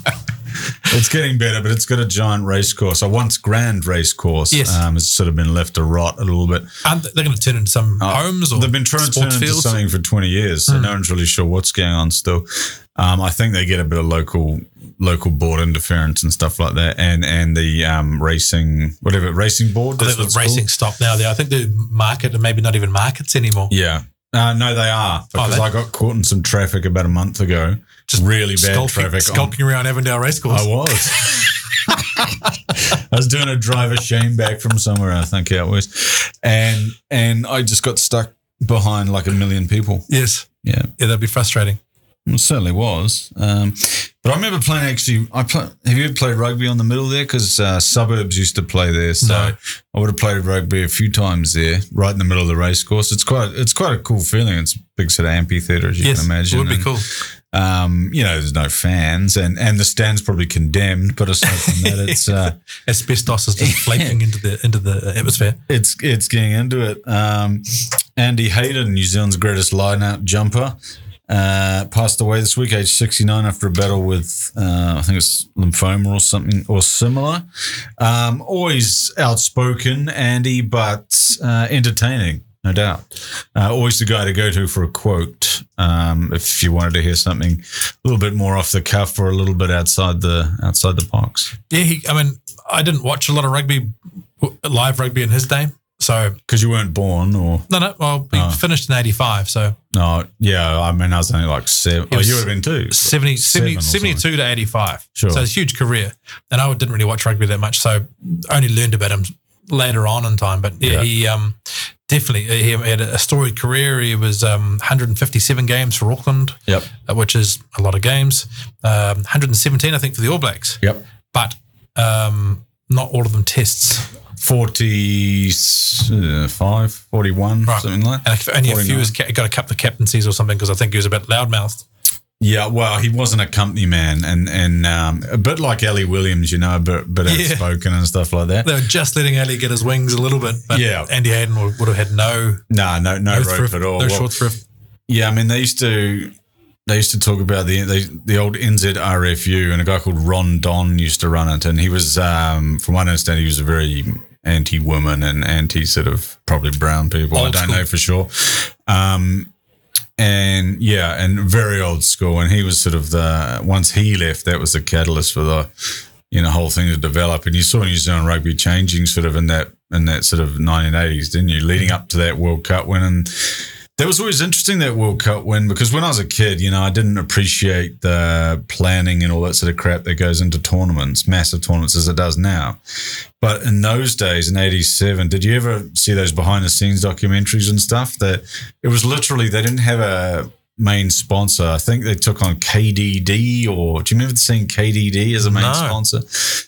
It's getting better, but it's got a giant race course, a once grand race course.
Yes.
Um, it's sort of been left to rot a little bit.
Aren't they, are going to turn into some homes or
Oh, They've been trying to turn
sports
it into
fields. Hmm.
something for 20 years, so no one's really sure what's going on still. Um, I think they get a bit of local local board interference and stuff like that, and and the um, racing whatever racing board.
I
that's
think
what
the
it's called?
racing stopped now. There, I think the market and maybe not even markets anymore.
Yeah. Uh, no, they are because
they-
I got caught in some traffic about a month ago. Just really bad
skulking,
traffic. on-
skulking around Avondale Racecourse.
I was. I was doing a drive of shame back from somewhere I think out west, and and I just got stuck behind like a million people.
yes,
Yeah,
yeah, that'd be frustrating.
it certainly was. Um, but I remember playing actually. I play, have you ever played rugby on the middle there? Because uh, suburbs used to play there, so
No.
I would have played rugby a few times there, right in the middle of the race course. It's quite it's quite a cool feeling. It's a big sort of amphitheatre, as you
yes,
can imagine.
it would be
and-
cool.
um, you know, there's no fans, and and the stand's probably condemned. But aside from that, it's uh,
Asbestos is just flaking into the into the atmosphere.
it's it's getting into it. Um, Andy Hayden, New Zealand's greatest line-out jumper, uh, passed away this week, aged 69, after a battle with uh, I think it's lymphoma or something or similar. Um, always outspoken, Andy, but uh, entertaining. No doubt. Uh, always the guy to go to for a quote um, if you wanted to hear something a little bit more off the cuff or a little bit outside the outside the box.
Yeah, he, I mean, I didn't watch a lot of rugby, live rugby in his day. So
Because you weren't born, or
no, no. Well, he
Oh.
finished in '85, so
no? Yeah, I mean, I was only like seven.
He
Oh,
was
you would have been too.
70, 70
Seven or
72 to 85.
Sure.
So it's a huge career. And I didn't really watch rugby that much. So I only learned about him later on in time. But
Yeah.
yeah, he um, definitely he had a storied career. He was um, 157 games for Auckland,
Yep.
uh, which is a lot of games. Um, 117, I think, for the All Blacks.
Yep.
But um, not all of them tests.
45, 41,
Right.
uh, something like that.
And only a few
49.
has ca- got a couple of captaincies or something because I think he was a bit loudmouthed.
Yeah, well, he wasn't a company man and and um, a bit like Ellie Williams, you know, but but
Yeah.
outspoken and stuff like that.
They were just letting Ali get his wings a little bit. But
Yeah.
Andy Hayden would, would have had no
Nah, no, no,
no
rope
thrift,
at all.
No
Well,
short thrift.
Yeah, I mean they used to they used to talk about the they, the old NZRFU and a guy called Ron Don used to run it, and he was um, from what I understand he was a very anti-woman and anti sort of probably brown people. I
Old
don't
school.
know for sure. Um, and yeah, and very old school. And he was sort of the once he left, that was the catalyst for the you know whole thing to develop. And you saw New Zealand rugby changing sort of in that in that sort of 1980s, didn't you? Leading up to that World Cup win, and that was always interesting that World Cup win because when I was a kid, you know, I didn't appreciate the planning and all that sort of crap that goes into tournaments, massive tournaments as it does now. But in those days, in '87, did you ever see those behind the scenes documentaries and stuff? That it was literally they didn't have a main sponsor. I think they took on KDD, or do you remember seeing KDD as a main
No.
sponsor?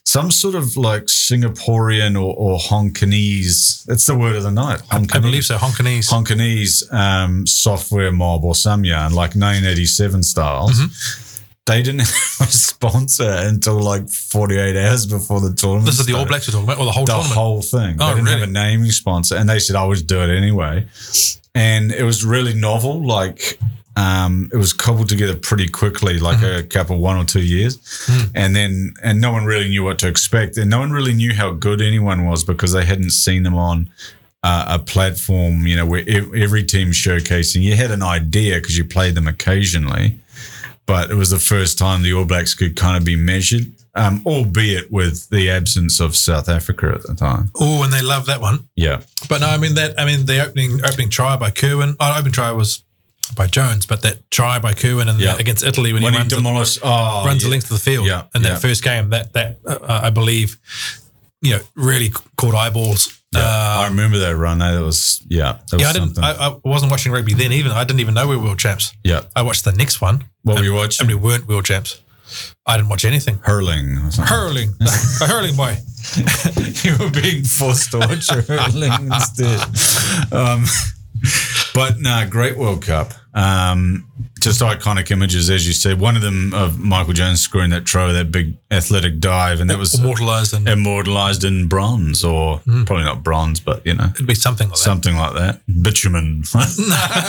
Some sort of like Singaporean or, or Hongkonese. That's the word of the night.
I believe so. Honkanese.
Hongkonese um, software mob or Samyang, like 1987 styles.
Mm-hmm.
They didn't have a sponsor until like 48 hours before the tournament.
this is the All
started.
Blacks we're talking about, or the whole
The
tournament.
whole thing.
Oh,
they didn't have
really?
a naming sponsor. And they said, I would do it anyway. And it was really novel. Like, um, it was cobbled together pretty quickly, like
Mm-hmm.
a couple one or two years.
Mm.
And then, and no one really knew what to expect. And no one really knew how good anyone was because they hadn't seen them on uh, a platform, you know, where ev- every team's showcasing. You had an idea because you played them occasionally, but it was the first time the All Blacks could kind of be measured, um, albeit with the absence of South Africa at the time.
oh, and they love that one.
Yeah.
But no, I mean that. I mean the opening opening try by Kerwin. Oh, opening try was by Jones, but that try by Kerwin and
Yeah.
against Italy when,
When
he
he
runs, the,
demolished, oh,
runs the
yeah.
length of the field
Yeah,
in
yeah.
that first game, that that uh, I believe, you know, really caught eyeballs.
Yeah,
Uh,
I remember that run. That was, yeah, that was
yeah, I didn't.
something.
I, I wasn't watching rugby then. Even I didn't even know we were world champs.
yeah.
I watched the next one.
What were
and-
you watching?
And we weren't world champs. I didn't watch anything.
Hurling. Or something.
Hurling, a hurling boy.
you were being forced to watch hurling instead. Um, but no, great World Cup. Um, just iconic images, as you said. One of them of Michael Jones scoring that try, that big athletic dive, and that was
immortalized and
immortalized in bronze, or
Hmm.
probably not bronze, but you know.
it'd be something like
Something like that, bitumen.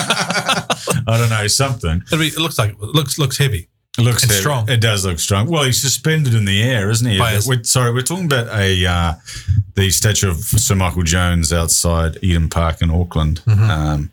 I don't know, something.
that. It'd be, it looks like it looks looks heavy.
It looks
It's
heavy.
strong.
It does look strong. Well, he's suspended in the air, isn't he?
By his-
We're, sorry, we're talking about a uh,
Mm-hmm.
the statue of Sir Michael Jones outside Eden Park in Auckland. Um,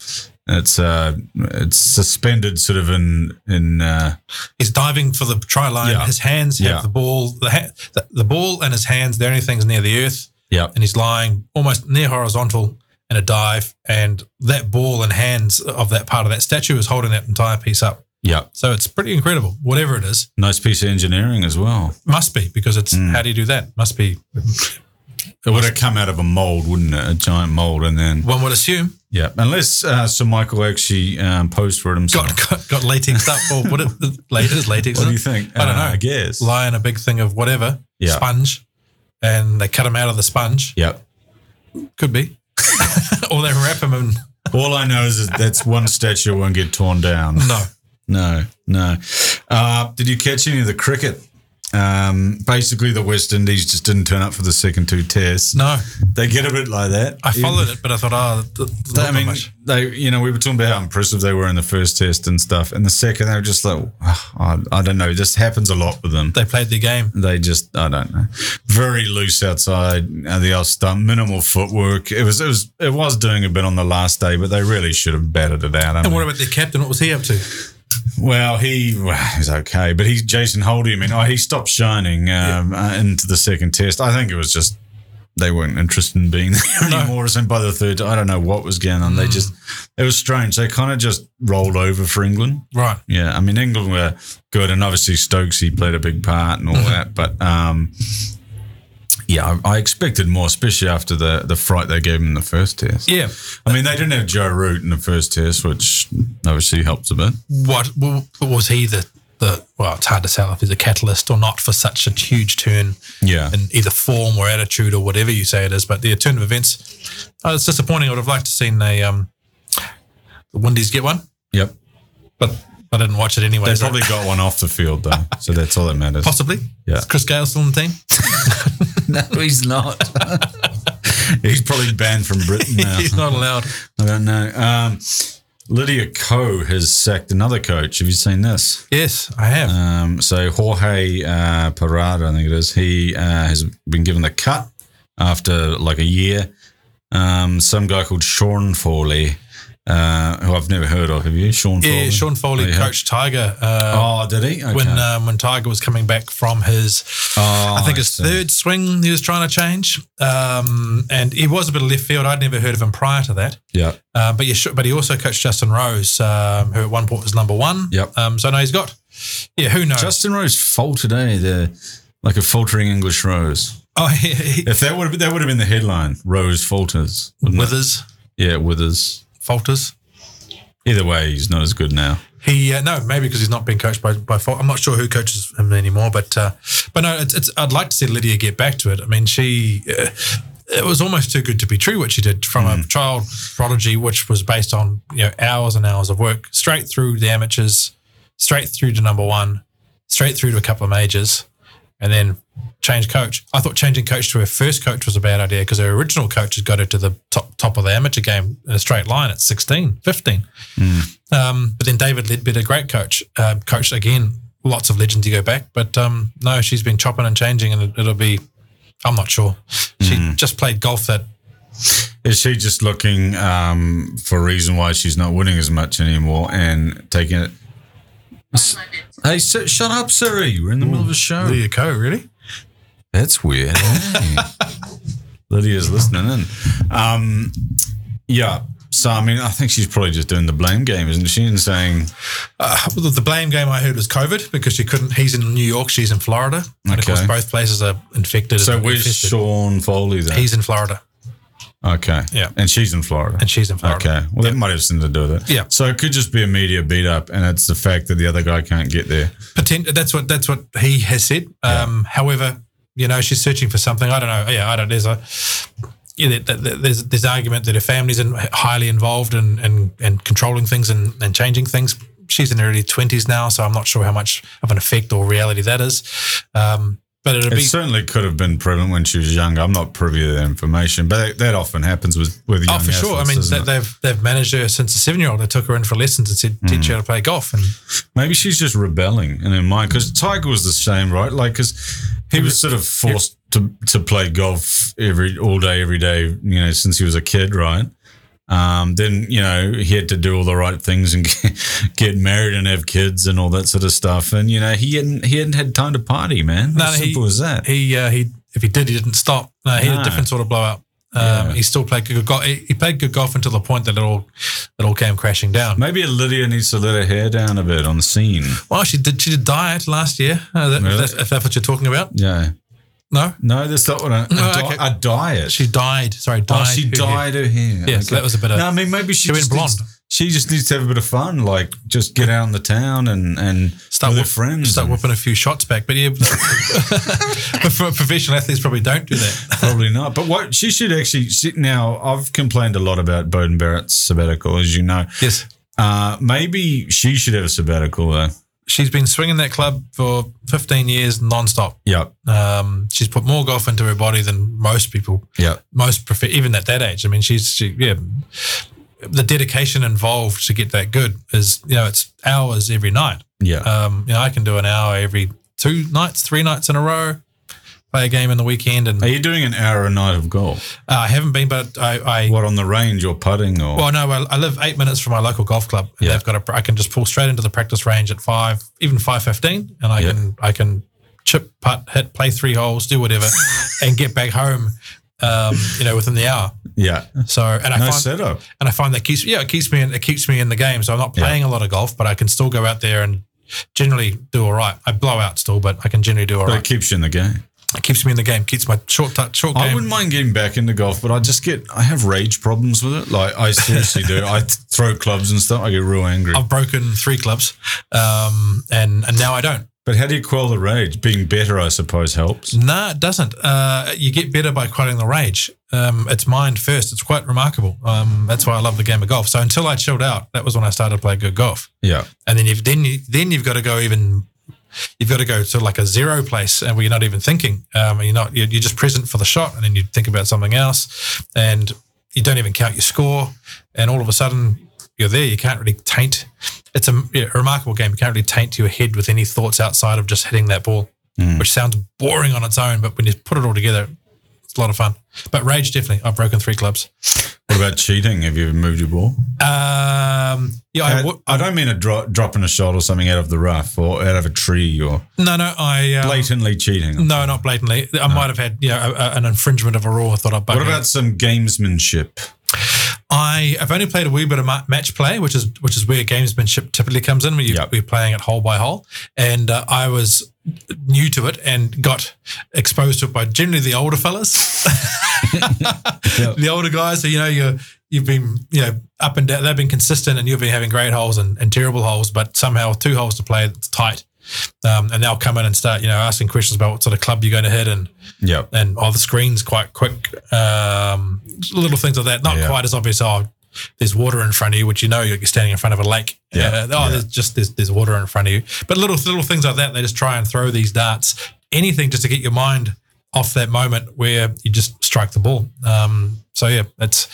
It's uh, it's suspended sort of in in uh,
He's diving for the try line.
Yeah.
His hands have
Yeah.
the ball. The, ha- the, the ball and his hands, they're only things near the earth.
yeah
And he's lying almost near horizontal in a dive. And that ball and hands of that part of that statue is holding that entire piece up.
yeah
So it's pretty incredible, whatever it is.
nice piece of engineering as well.
Must be, because it's
Mm.
how do you do that? Must be.
It would have come out of a mold, wouldn't it? A giant mold, and then
One would assume
yeah, unless uh, Sir Michael actually um, posed for it himself.
got got, got latex up or what it, it is latex.
What do
isn't
you
it?
think?
I don't
Uh,
know.
I guess.
Lie in a big thing of whatever
Yeah.
sponge, and they cut him out of the sponge.
yeah.
Could be, or they wrap him in.
All I know is that that's one statue won't get torn down.
No,
No, no. Uh, did you catch any of the cricket? Um, basically, the West Indies just didn't turn up for the second two tests.
no.
They get a bit like that.
I followed it, but I thought, oh, th- th-
I
not
mean,
much.
they, you know, we were talking about how impressive they were in the first test and stuff. And the second, they were just like, "Ah, I, I don't know. This happens a lot with them.
they played their game.
They just, I don't know, very loose outside uh, the old stump, minimal footwork. It was, it was, it was doing a bit on the last day, but they really should have batted it out. I
And
mean-
what about their captain? What was he up to?
Well, he well, he's okay, but he's Jason Holder. I mean, oh, he stopped shining um, uh, into the second test. I think it was just they weren't interested in being there anymore. And by the third, I don't know what was going on. They just it was strange. They kind of just rolled over for England.
Right.
Yeah, I mean England were good, and obviously Stokes he played a big part and all that. But um, yeah, I, I expected more, especially after the the fright they gave him in the first test.
Yeah.
I mean they didn't have Joe Root in the first test, which obviously helps a bit.
What well, was he the the? Well, it's hard to tell if he's a catalyst or not for such a huge turn
Yeah,
in either form or attitude or whatever you say it is. But the turn of events, oh, it's disappointing. I would have liked to seen a um, the Windies get one,
yep.
but I didn't watch it anyway.
They
so-
probably got one off the field though, so that's all that matters.
possibly.
Yeah.
Is Chris Gale still on the team?
No, he's not. he's probably banned from Britain now.
He's not allowed.
I don't know. Um, Lydia Ko has sacked another coach. Have you seen this?
Yes, I have.
Um, so Jorge uh, Parada, I think it is, he uh, has been given the cut after like a year. Um, some guy called Sean Foley, uh, who I've never heard of. Have you, Sean?
yeah,
Foley?
Sean Foley
Oh, Yeah.
coached Tiger uh,
Oh, did he? Okay.
when um, when Tiger was coming back from his,
Oh,
I think his
see.
third swing he was trying to change, um, and he was a bit of left field. I'd never heard of him prior to that.
Yeah.
Um, but you should, but he also coached Justin Rose, um, who at one point was number one.
Yep.
Um, so now he's got, yeah, who knows?
Justin Rose faltered, eh? The like a faltering English Rose.
oh, he, he,
If that would have that would have been the headline, Rose falters. wouldn't it?
Withers,
yeah, Withers.
falters.
Either way, he's not as good now.
He uh, no, maybe because he's not being coached by by. Fal- I'm not sure who coaches him anymore, but uh, but no, it's, it's. I'd like to see Lydia get back to it. I mean, she. Uh, it was almost too good to be true what she did from a child prodigy, which was based on you know hours and hours of work, straight through the amateurs, straight through to number one, straight through to a couple of majors, and then change coach. I thought changing coach to her first coach was a bad idea because her original coach has got her to the top top of the amateur game in a straight line at 16, 15. Um, but then David Ledbetter, great coach, uh, coached again lots of legends to go back. But um, no, she's been chopping and changing, and it, it'll be. I'm not sure. She
Hmm.
just played golf that
Is she just looking um, for a reason why she's not winning as much anymore and taking it? Hey, Sir, shut up, Siri. We're in the middle of a show.
Lydia Co. Really?
That's weird. eh? Lydia's listening in. Um, yeah. So, I mean, I think she's probably just doing the blame game, isn't she? And saying,
Well, the blame game I heard was COVID because she couldn't. He's in New York, she's in Florida, and of
Okay.
course both places are infected.
so
and
where's
infested.
Sean Foley then?
He's in Florida
Okay.
Yeah.
And she's in Florida.
and she's in Florida.
okay. Well, that might have something to do with it.
Yeah.
So it could just be a media beat up, and it's the fact that the other guy can't get there.
Potent- that's what that's what he has said. Um, However, you know she's searching for something. I don't know. Yeah, I don't. There's a yeah, there- there- there- there's there's argument that her family's in, highly involved and and and controlling things and and changing things. She's in her early twenties now, so I'm not sure how much of an effect or reality that is. Um, but it'll
It
be
certainly could have been prevalent when she was younger. I'm not privy to that information, but that, that often happens with with young
Oh, for sure. I
athletes,
mean,
doesn't
they,
it?
they've they've managed her since a seven-year-old. They took her in for lessons and said, "Teach
Hmm.
her how to play golf." And
maybe she's just rebelling in her mind because Tiger was the same, right? Like, because he was sort of forced to to play golf every all day, every day, you know, since he was a kid, right? Um, then you know he had to do all the right things and get married and have kids and all that sort of stuff. And you know he hadn't he hadn't had time to party, man.
No,
as
he-
simple as that.
He uh, he if he did, he didn't stop. No, he had
No.
a different sort of blowout. Um, He still played good golf. He he played good golf until the point that it all it all came crashing down.
Maybe Lydia needs to let her hair down a bit on the scene.
Well, she did. She did diet last year. Uh, that,
Really?
that's, if that's what you're talking about,
Yeah.
no,
No, that's not what I, a,
No,
di-
okay.
a diet.
she died. Sorry, died.
oh, she
her hair.
dyed her hair.
Yeah, so that was a bit of-
No, I mean maybe she,
She went
just
blonde.
Needs, she just needs to have a bit of fun, like just get out in the town and and
Start
with
whip-
her friends.
Start
and-
whipping a few shots back, but yeah, but for professional athletes probably don't do that.
Probably not. But what she should actually sit now. I've complained a lot about Bowden Barrett's sabbatical, as you know.
Yes,
Uh, maybe she should have a sabbatical though.
she's been swinging that club for 15 years nonstop.
Yep.
Um, she's put more golf into her body than most people.
Yep.
most prof- even at that age. I mean, she's she, yeah, the dedication involved to get that good is you know it's hours every night.
Yeah.
Um, you know, I can do an hour every two nights, three nights in a row, play a game in the weekend, and
Are
uh,
you doing an hour a night of golf?
I haven't been, but I. I
What on the range or putting or?
well, no, I I live eight minutes from my local golf club. And
Yeah.
They've got a. pr- I can just pull straight into the practice range at five, even five fifteen, and I
Yeah.
can I can chip, putt, hit, play three holes, do whatever, and get back home. Um, you know, within the hour.
yeah.
So, and I
No
find
setup.
and I find that keeps yeah it keeps me in, it keeps me in the game. So I'm not playing a lot of golf, but I can still go out there and generally do all right. I blow out still, but I can generally do all
But
right.
it keeps you in the game.
It keeps me in the game. Keeps my short touch short
I
game.
wouldn't mind getting back into golf, but I just get I have rage problems with it. Like I seriously do. I th- throw clubs and stuff. I get real angry.
I've broken three clubs, um, and and now I don't.
But how do you quell the rage? Being better, I suppose, helps.
Nah, it doesn't. Uh, you get better by quelling the rage. Um, it's mind first. It's quite remarkable. Um, that's why I love the game of golf. So until I chilled out, that was when I started to play good golf.
Yeah.
and then you've then you then you've got to go even you've got to go to like a zero place and where you're not even thinking um, you're not you're, you're just present for the shot and then you think about something else and you don't even count your score and all of a sudden you're there you can't really taint it's a, yeah, a remarkable game you can't really taint your head with any thoughts outside of just hitting that ball which sounds boring on its own but when you put it all together it's a lot of fun but rage definitely i've broken three clubs
What about cheating? Have you ever moved your ball?
um, yeah I,
I,
w-
I don't mean a dro- dropping a shot or something out of the rough or out of a tree or
no no i um,
blatantly cheating.
No, not blatantly. I might have had yeah a, a- an infringement of a rule. I thought I'd bug
What
you.
about some gamesmanship?
I have only played a wee bit of ma- match play, which is which is where gamesmanship typically comes in. Where you,
Yep.
we're playing it hole by hole, and uh, I was new to it and got exposed to it by generally the older fellas,
Yep.
the older guys. So you know you you've been you know up and down. They've been consistent, and you've been having great holes and, and terrible holes, but somehow two holes to play it's tight. Um, and they'll come in and start, you know, asking questions about what sort of club you're going to hit and
Yep.
and oh, the screen's quite quick. Um, little things like that. Not
Yeah.
quite as obvious. Oh, there's water in front of you, which you know you're standing in front of a lake.
Yeah.
Uh, oh, there's just there's, there's water in front of you. But little little things like that. They just try and throw these darts. Anything just to get your mind off that moment where you just strike the ball. Um, so yeah, it's.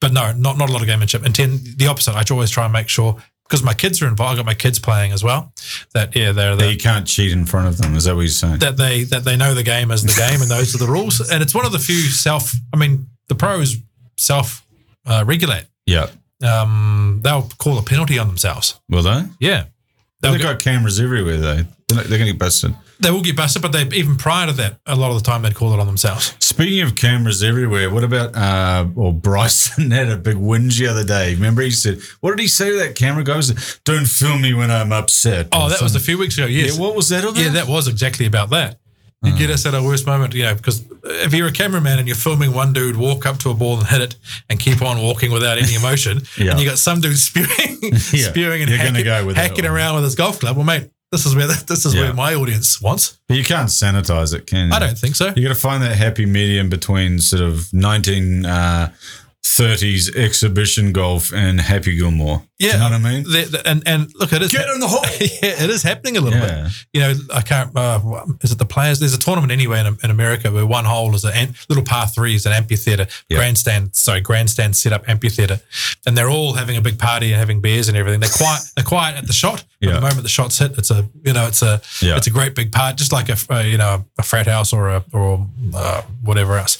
But no, not not a lot of gamemanship. And ten, the opposite. I always try and make sure because my kids are involved. I got my kids playing as well. That yeah, they're
That
the
you can't cheat in front of them. Is that what you're saying?
that they that they know the game as the game and those are the rules. And it's one of the few self. I mean, the pros self uh, regulate.
yeah.
Um, they'll call a penalty on themselves.
Will they?
Yeah,
They've
they'll get,
got cameras everywhere, though. They're, not- they're going to get busted.
they will get busted. But they even prior to that, a lot of the time they'd call it on themselves.
Speaking of cameras everywhere, what about, uh, well, Bryson had a big whinge the other day. Remember, he said, what did he say to that camera guy? He said, Don't film me when I'm upset.
Oh,
or
that was a
something.
few weeks ago. Yes.
Yeah, what was that? on
Yeah,
that?
that was exactly about that. You get us at our worst moment, you know, because if you're a cameraman and you're filming one dude walk up to a ball and hit it and keep on walking without any emotion,
Yeah.
and you got some dude spewing, spewing and
You're gonna
hacking,
go with that
hacking
one.
around with his golf club. Well, mate, this is where this is
Yeah.
where my audience wants.
But you can't sanitize it, can you?
I don't think so.
You got to find that happy medium between sort of 1930s exhibition golf and Happy Gilmore. Do you know what I mean?
The- the- and and look, it is
Get on the hole.
yeah, it is happening a little
Yeah.
bit. You know, I can't. Uh, is it the players? There's a tournament anyway in, in America where one hole is a an, little par three is an amphitheater
Yeah.
grandstand. Sorry, grandstand set up amphitheater, and they're all having a big party and having beers and everything. They're quiet. they're quiet at the shot. But
Yeah.
The moment the shot's hit, it's a you know, it's a
Yeah.
it's a great big part, just like a, a you know a frat house or a or uh, whatever else.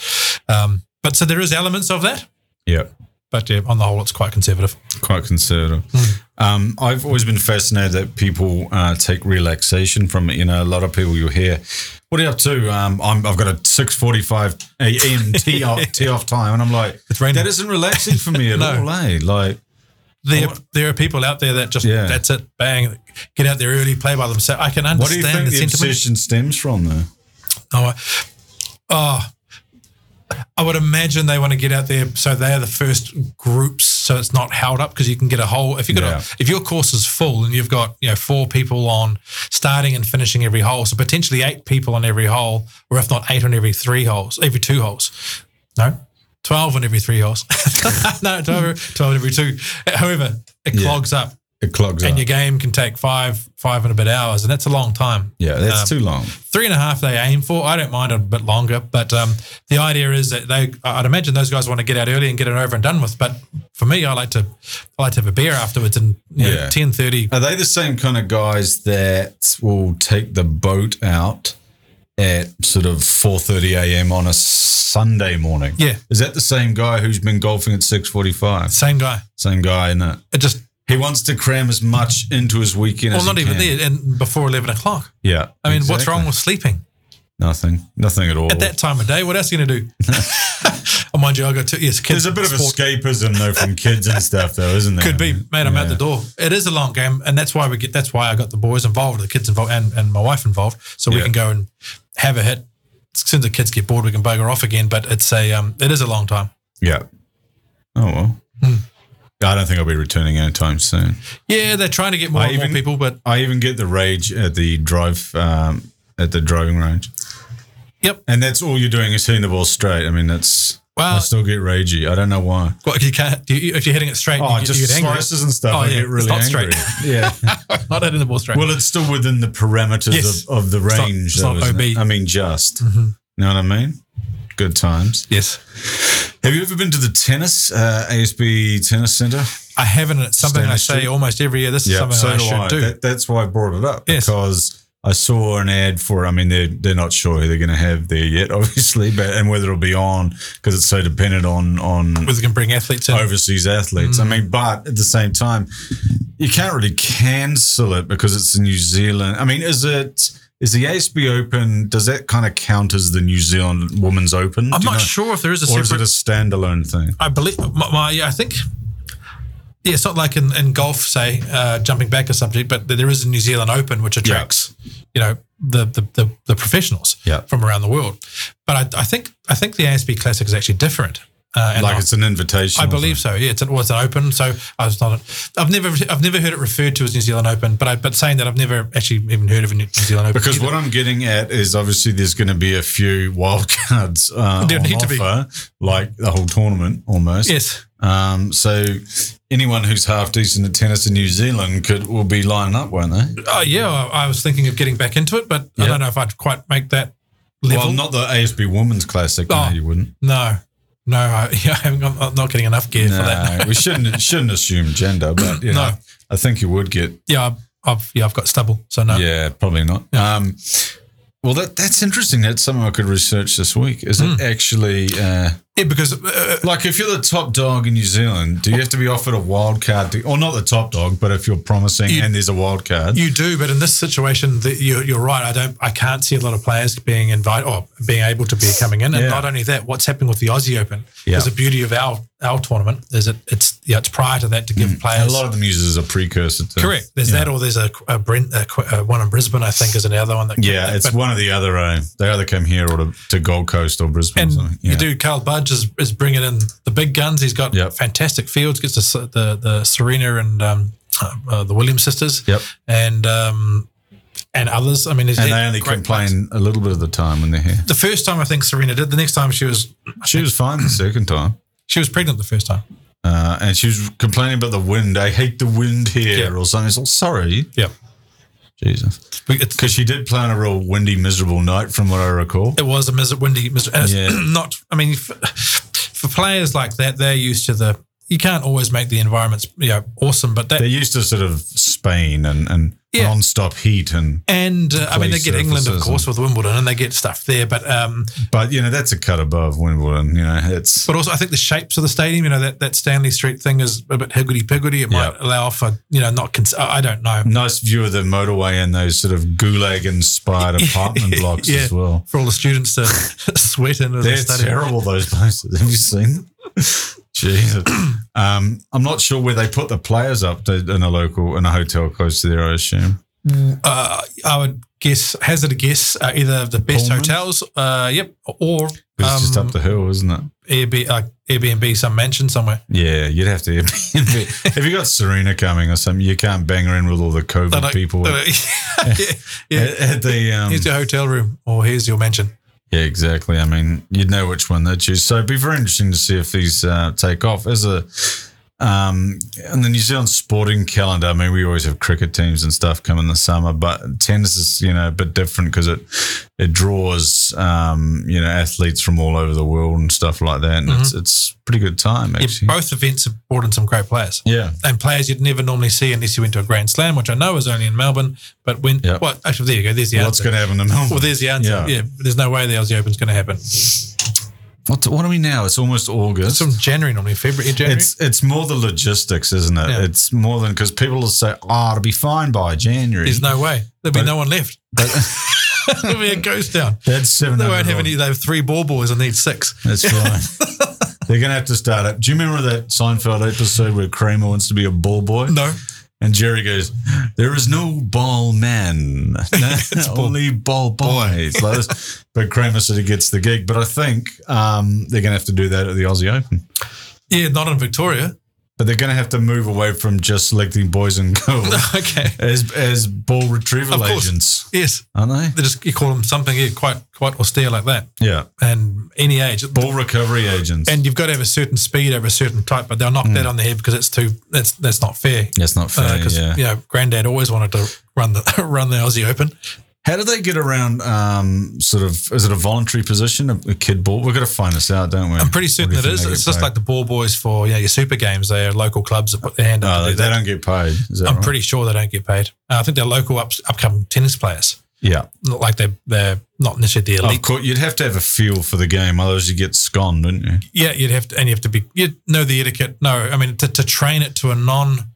Um, but so there is elements of that
Yeah.
But yeah, on the whole, it's quite conservative.
quite conservative. Um, I've always been fascinated that people uh, take relaxation from it. You know, a lot of people you hear, "What are you up to?" Um, I'm, I've got a six forty-five a.m. tea off tea off time, and I'm like,
raining.
that isn't relaxing for me at
No.
all. Eh? Like,
There, there are people out there that just
Yeah.
that's it, bang, get out there early, play by themselves. I can understand
what do you think
the
the,
sentiment.
obsession stems from, though?
Oh, I- oh, I would imagine they want to get out there, so they are the first groups, so it's not held up because you can get a whole. If you got
Yeah.
a, if your course is full and you've got you know four people on starting and finishing every hole, so potentially eight people on every hole, or if not eight on every three holes, every two holes, no. 12 on every three holes. no, 12, 12 on every two. However, it
Yeah.
clogs up
It clogs
and
up.
your game can take five, five and a bit hours. And that's a long time Um,
Yeah, that's too long.
three and a half they aim for. I don't mind a bit longer, but um, the idea is that they. I'd imagine those guys want to get out early and get it over and done with. But for me, I like to, I like to have a beer afterwards and you know,
Yeah.
ten thirty.
Are they the same kind of guys that will take the boat out at sort of four thirty a.m. on a Sunday morning?
Yeah.
is that the same guy who's been golfing at six forty-five?
Same guy.
Same guy, in it?
It just
He wants to cram as much into his weekend.
well,
as
not
he
even
can.
there and before eleven o'clock.
Yeah,
I mean, what's
exactly.
wrong with sleeping
nothing? Nothing at all.
at that time of day? What else are you gonna do? oh, mind you, I got two. Yes, kids.
There's a bit of
sport.
escapism though from kids and stuff, though, isn't there?
Could be, mate. I'm out
Yeah.
the door. It is a long game, and that's why we get. That's why I got the boys involved, the kids involved, and, and my wife involved, so we
Yeah.
can go and have a hit. As soon as the kids get bored, we can bugger off again. But it's a, um, it is a long time.
Yeah. Oh well.
Hmm.
I don't think I'll be returning anytime soon.
Yeah, they're trying to get more
I
and more
even-
people, but
I even get the rage at the drive um, at the driving range.
Yep.
And that's all you're doing is hitting the ball straight. I mean, that's.
Well-
I still get ragey. I don't know why.
what, you can't. You, if you're hitting it straight,
Oh,
you,
just
you get angry.
slices and stuff.
Oh,
I
yeah,
get really
it's not
angry. Yeah.
Not hitting the ball straight.
Well, it's still within the parameters
Yes.
of, of the
not-
range.
it's
though,
not
isn't
Mm-hmm.
it?
OB.
I mean, just. Know what I mean? Good times.
yes,
Have you ever been to the tennis, uh, ASB Tennis Centre?
I haven't. and It's something
Stanley
I say
Street.
almost every year. This is something I should do.
That- that's why I brought it up
Yes.
because I saw an ad for. I mean, they're they're not sure who they're going to have there yet, obviously, but and whether it'll be on because it's so dependent on on
Whether you can bring athletes in.
overseas athletes. I
Mm.
mean, but at the same time, you can't really cancel it because it's in New Zealand. I mean, is it is the ASB Open? Does that kind of count as the New Zealand Women's Open?
I'm
Do you
not
know?
sure if there is a
Or
separate.
is it a standalone thing?
I believe my, my yeah, I think yeah, it's not like in, in golf, say, uh, jumping back a subject, but there is a New Zealand Open which attracts you know the the, the, the professionals
Yeah.
from around the world. But I, I think I think the ASB Classic is actually different. Uh, and
Like
I-
it's an invitation.
I
or
believe so. Yeah, it's an, well, it's an open. So I was not. I've never. I've never heard it referred to as New Zealand Open. But I, but saying that, I've never actually even heard of a New New Zealand Open.
Because
either.
what I'm getting at is obviously there's going to be a few wild cards uh,
There
on
need to be.
offer, like the whole tournament almost.
yes,
Um, so anyone who's half decent at tennis in New Zealand could will be lining up, won't they?
oh yeah, I, I was thinking of getting back into it, but I
Yeah.
don't know if I'd quite make that level.
Well, not the ASB Women's Classic.
Oh.
No, you wouldn't.
No, no, I, yeah, I haven't, I'm I'm not getting enough gear for that.
No, we shouldn't shouldn't assume gender, but you know,
No.
I think you would get.
Yeah, I've, I've yeah, I've got stubble, so no.
Yeah, probably not. Um, well, that that's interesting. That's something I could research this week. Is
Hmm.
it actually? Uh,
Yeah, because uh,
Like if you're the top dog in New Zealand, do you have to be offered a wild card? To, or not the top dog, but if you're promising
You-
and there's a wild card,
you do, but in this situation, the, you're, you're right. I don't, I can't see a lot of players being invited or being able to be coming in. And
Yeah.
not only that, what's happening with the Aussie Open?
Yeah.
Because the beauty of our our tournament is it it's yeah, it's prior to that to give
Mm. a
players
lot of them uses a precursor to
correct. There's that, or there's a, a, Brent, a, qu- uh one in Brisbane, I think, is another one that
Yeah, it's
but-
one or the other. Uh, they either come here or to, to Gold Coast or Brisbane.
And
or something.
you
Yeah.
do. Carl Budge is, is bringing in the big guns. He's got
Yep.
fantastic fields. Gets the the, the Serena and um, uh, the Williams sisters.
Yep.
And um, and others. I mean, he's
And
had
they only
great
complain
players.
a little bit of the time when they're here.
The first time I think Serena did. The next time she was
She was fine the second time,
she was pregnant. The first time.
uh, and she was complaining about the wind. I hate the wind here
Yeah.
or something. It's all sorry,
Yeah.
Jesus,
It's,
because she did play on a real windy, miserable night, from what I recall.
it was a mis- windy. Mis- and it's
Yeah.
Not. I mean, for, for players like that, they're used to the. You can't always make the environments you know awesome, but that
They're used to sort of Spain and and
Yeah.
non-stop heat and
And uh, I mean,
Play
they get England, of
surfaces
course, with Wimbledon, and they get stuff there. But um,
but you know that's a cut above Wimbledon. You know it's
but also, I think the shapes of the stadium, you know, that, that Stanley Street thing is a bit higgledy piggledy. It might
Yeah.
allow for you know not. Cons- I I don't know
nice view of the motorway and those sort of gulag-inspired apartment blocks
Yeah.
as well.
for all the students to sweat into the
They're
stadium.
terrible. Those places. Have you seen them? Jesus. Um, I'm not sure where they put the players up to, in a local in a hotel close to there. I assume.
Uh, I would guess hazard a guess uh, either the best
Pullman?
hotels, uh, yep, or
'Cause it's just
Um,
up the hill, isn't it?
Airb- uh, Airbnb, some mansion somewhere.
Yeah, you'd have to Airbnb. Have you got Serena coming or something? You can't bang her in with all the
They're
COVID
like-
people
they're
at,
like- yeah, Uh, yeah.
at the. Um,
Here's your hotel room, or here's your mansion.
yeah, exactly. I mean, you'd know which one they choose. So it'd be very interesting to see if these uh, take off as a. Um, and the New Zealand sporting calendar. I mean, we always have cricket teams and stuff come in the summer, but tennis is you know a bit different because it it draws um, you know athletes from all over the world and stuff like that, and it's it's pretty good time
Mm-hmm. Yeah,
actually.
both events have brought in some great players.
Yeah,
and players you'd never normally see unless you went to a Grand Slam, which I know is only in Melbourne. But when,
Yep.
well, actually, there you go. There's the
what's
answer.
going to happen to Melbourne?
well, there's the answer.
Yeah.
Yeah. there's no way the Aussie Open's going to happen. It's
What, what are we now? It's almost August.
from January normally, February, eh, January.
It's it's more the logistics, isn't it?
Yeah.
It's more than because people will say, "Oh, it'll be fine by January."
there's no way. There'll be
But-
no one left.
but
There'll be a ghost town.
that's seven.
They won't have any. They have three ball boys and need six.
That's fine. They're going to have to start up. Do you remember that Seinfeld episode where Kramer wants to be a ball boy?
No,
And Jerry goes, There is no ball man, only ball boys. Like this. But Kramer sort of gets the gig. But I think um, they're going to have to do that at the Aussie Open.
yeah, not in Victoria.
But they're going to have to move away from just selecting boys and girls
okay,
as, as ball retrieval
Of course.
agents,
yes,
aren't they?
they just you call them something yeah, quite quite austere like that,
Yeah.
and any age.
Ball recovery agents.
And you've got to have a certain speed over a certain type, but they'll knock
Hmm.
that on the head because it's too. That's that's not fair.
that's not fair.
because
yeah.
you know, Uh, Granddad always wanted to run the run the Aussie Open.
How do they get around um, sort of, is it a voluntary position, a, a kid ball? We've got to find this out, don't we?
I'm pretty certain it is. It's just like the ball boys for you know, your super games. They are local clubs that put their hand up
No,
to
Oh, they,
do
they
that.
don't get paid. Is that
I'm
right?
pretty sure they don't get paid. Uh, I think they're local up, upcoming tennis players.
Yeah.
Not like they're they're not necessarily the elite.
Of course, you'd have to have a feel for the game, otherwise you get sconed, wouldn't you?
Yeah, you'd have to, and you have to be you know the etiquette. No, I mean to, to train it to a non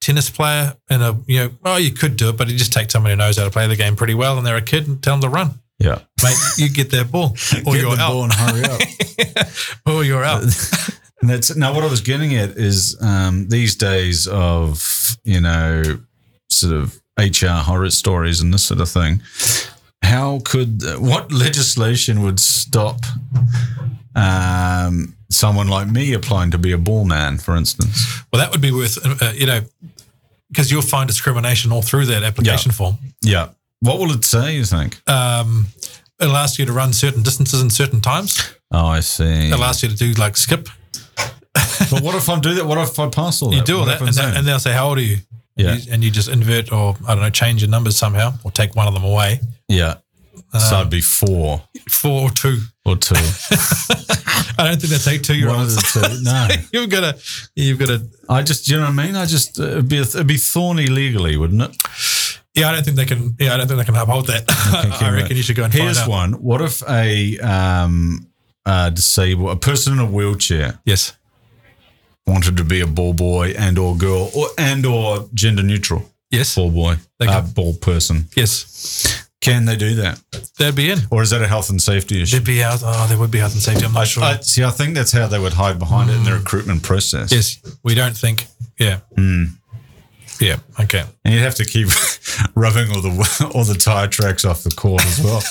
tennis player and a you know oh you could do it, but you just take someone who knows how to play the game pretty well and they're a kid and tell them to run,
Yeah.
mate. you get their ball or
Get
you're
the
out.
ball and hurry up.
Or you're out.
And that's now what I was getting at is um, these days of you know sort of HR horror stories and this sort of thing. How could what legislation would stop um, someone like me applying to be a ball man, for instance?
Well, that would be worth, uh, uh, you know, because you'll find discrimination all through that application form.
Yeah. What will it say? You think?
Um, it'll ask you to run certain distances in certain times.
oh, I see.
It'll ask you to do like skip.
But what if I do that? What if I pass all that?
You do all
What
that, and,
happens
they-
then?
and they'll say, "How old are you?"
Yeah.
You- and you just invert or I don't know, change your numbers somehow, or take one of them away,
yeah. so
Uh,
I'd be four
four or two.
or two.
I don't think they take two year
One of
olds.
the two. No.
You've got to, you've got to.
I just, you know what I mean? I just, uh, it'd be, a, it'd be thorny legally, wouldn't it?
Yeah, I don't think they can. Yeah, I don't think they can uphold that.
Thinking
I,
about-
reckon you should go and
Here's
find out.
one. What if a um, uh, disabled, a person in a wheelchair
Yes.
wanted to be a ball boy and or girl or and or gender neutral
Yes.
ball boy,
They
uh,
can-
ball person?
Yes.
Can they do that?
They'd be in.
Or is that a health and safety issue?
There'd be out. Oh, there would be health and safety. I'm not sure.
I, see, I think that's how they would hide behind it in the recruitment process.
Mm. Yes, we don't think. Yeah.
Hmm.
Yeah. Okay.
And you'd have to keep rubbing all the all the tire tracks off the court as well.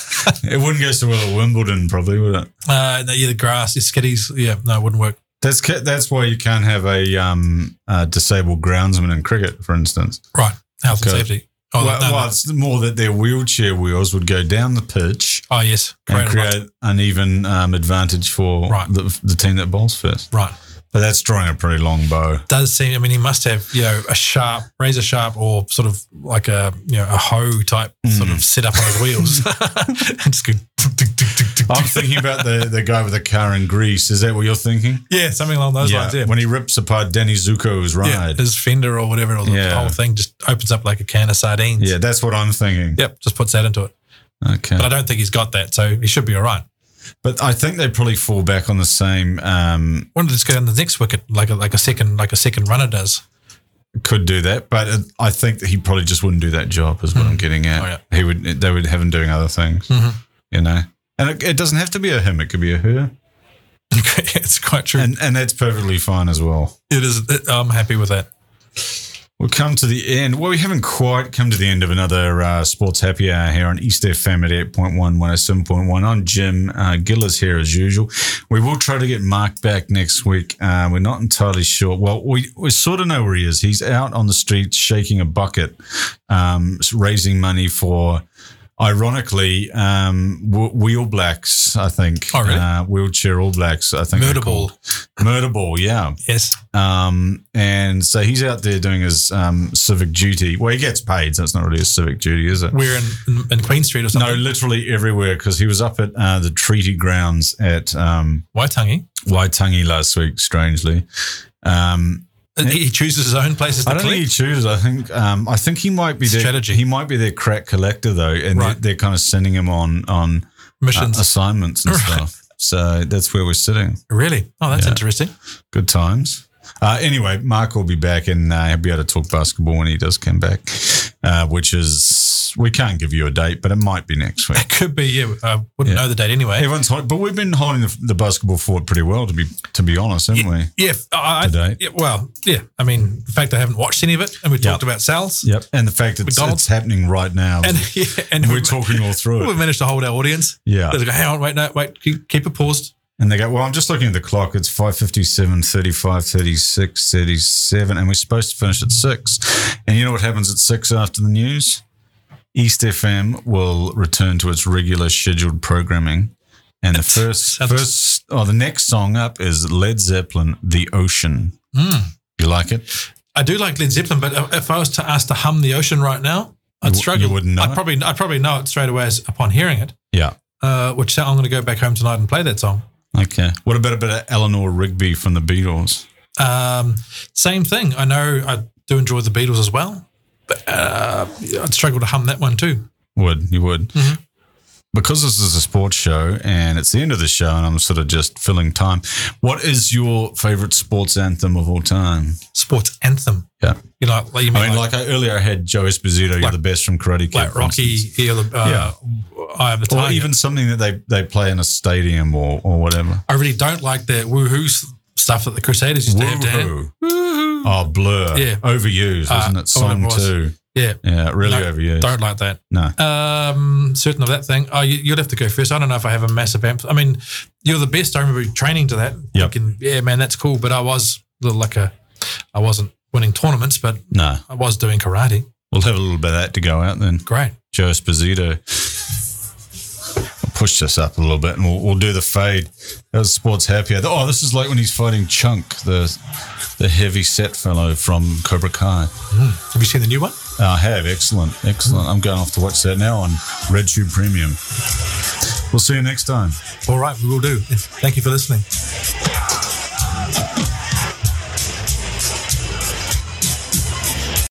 it wouldn't go so well at Wimbledon, probably, would it?
Uh, no, yeah, the grass, the skitties. Yeah, no, it wouldn't work.
That's ca- that's why you can't have a um, uh, disabled groundsman in cricket, for instance.
Right. Health
Okay.
and safety. Oh,
well,
no, no.
well, it's more that their wheelchair wheels would go down the pitch
oh yes.
and
Correct.
create uneven um, advantage for
Right.
the, the team that bowls first.
Right.
But that's drawing a pretty long bow.
Does seem. I mean, he must have you know a sharp, razor sharp, or sort of like
Hmm.
a you know a hoe type sort of set up on his wheels. and just go. tick, tick, tick, tick, tick,
I'm thinking about the, the guy with the car in Greece. Is that what you're thinking?
Yeah, something along those lines. Yeah.
When he rips apart Danny Zuko's
yeah,
ride. Yeah,
his fender or whatever, or the
Yeah.
whole thing just opens up like a can of sardines.
that's what I'm thinking.
Yep, just puts that into it.
Okay.
But I don't think he's got that, so he should be all right.
But I think they probably fall back on the same. Um,
Wanted to just go on the next wicket, like a, like a second, like a second runner does.
could do that, but it, I think that he probably just wouldn't do that job. Is what I'm getting at.
Oh, yeah. Mm-hmm.
He would. They would have him doing other things. You know, and it, it doesn't have to be a him. It could be a her,
it's quite true.
and and that's perfectly fine as well.
it is. I'm happy with that.
We'll come to the end. Well, we haven't quite come to the end of another uh, Sports Happy Hour here on East FM at 8.1, 107.1. I'm Jim uh, Gillis here as usual. We will try to get Mark back next week. Uh, we're not entirely sure. Well, we, we sort of know where he is. He's out on the streets shaking a bucket, um, raising money for, ironically, um, w- Wheel Blacks, I think.
Oh, really?
Uh, wheelchair All Blacks, I think. they're
Murder ball.
called. Murder Ball, yeah.
Yes.
Um, and so he's out there doing his um, civic duty. Well, he gets paid, so it's not really his civic duty, is it?
We're in, in, in Queen Street or
No,
something.
literally everywhere because he was up at uh, the treaty grounds at um,
Waitangi.
Waitangi last week, strangely. Um,
Uh, He he chooses his own places
I
to
don't think he
collect.
chooses. I think um, I think he might be their,
Strategy.
He might be their crack collector though, and
Right.
they're, they're kind of sending him on on uh, uh,
Missions.
assignments and stuff. So that's where we're sitting.
really? Oh, that's interesting.
Good times. Uh, anyway, Mark will be back and uh, he'll be able to talk basketball when he does come back, uh, which is, we can't give you a date, but it might be next week.
It could be. Yeah, I wouldn't
Yeah.
know the date anyway.
Everyone's hot, but we've been holding the, the basketball forward pretty well, to be to be honest, haven't we?
Yeah, I, I-
Today.
yeah, well, yeah. I mean, the fact I haven't watched any of it, and we talked about Sal's,
Yep. And the fact that it's,
McDonald's.
it's happening right now,
and
and,
yeah, and
we're
we-
talking all through
We've
it.
managed to hold our audience.
Yeah.
They go, hang on, wait, no, wait, keep, keep it paused.
And they go, well, I'm just looking at the clock. It's 5.57, 35, 36, 37, and we're supposed to finish at 6. And you know what happens at 6 after the news? East FM will return to its regular scheduled programming. And the first,
sounds-
first or the next song up is Led Zeppelin, The Ocean. You like it?
I do like Led Zeppelin, but if I was to ask to hum the ocean right now, I'd
You w-
struggle.
you wouldn't know
I'd
it?
probably, I'd probably know it straight away as, upon hearing it.
Yeah.
Uh, which I'm going to go back home tonight and play that song.
Okay. What about a bit of Eleanor Rigby from the Beatles?
Um, same thing. I know I do enjoy the Beatles as well, but uh, I'd struggle to hum that one too.
Would you would
Mm-hmm.
because this is a sports show and it's the end of the show and I'm sort of just filling time. What is your favorite sports anthem of all time?
Sports anthem.
Yeah,
You know, like you mean
I mean, like, I earlier, I had Joe Esposito, you're the best from Karate Kid,
like
for
Rocky,
instance.
Heel of, uh, Eye of the
or
Tiger.
even something that they they play in a stadium or or whatever.
I really don't like the woohoo s- stuff that the Crusaders used to have. Dan.
Woohoo! Oh, Blur.
Yeah.
overused, wasn't
Uh,
it? Song
what it was.
two.
Yeah,
Yeah, really
No,
overused.
don't like that.
No,
Um, certain of that thing. Oh, you, you'll have to go first. I don't know if I have a massive amp. I mean, you're the best. I remember training to that.
Yep.
Thinking, yeah, man, that's cool. But I was a little like a, I wasn't winning tournaments, but
no.
I was doing karate.
We'll have a little bit of that to go out then.
Great.
Joe Esposito. I'll push this up a little bit and we'll, we'll do the fade. That was Sports Happier. Oh, this is like when he's fighting Chunk, the the heavy set fellow from Cobra Kai. Uh,
Have you seen the new one?
I have. Excellent. Excellent. I'm going off to watch that now on RedTube Premium. We'll see you next time.
All right, we will do. Thank you for listening.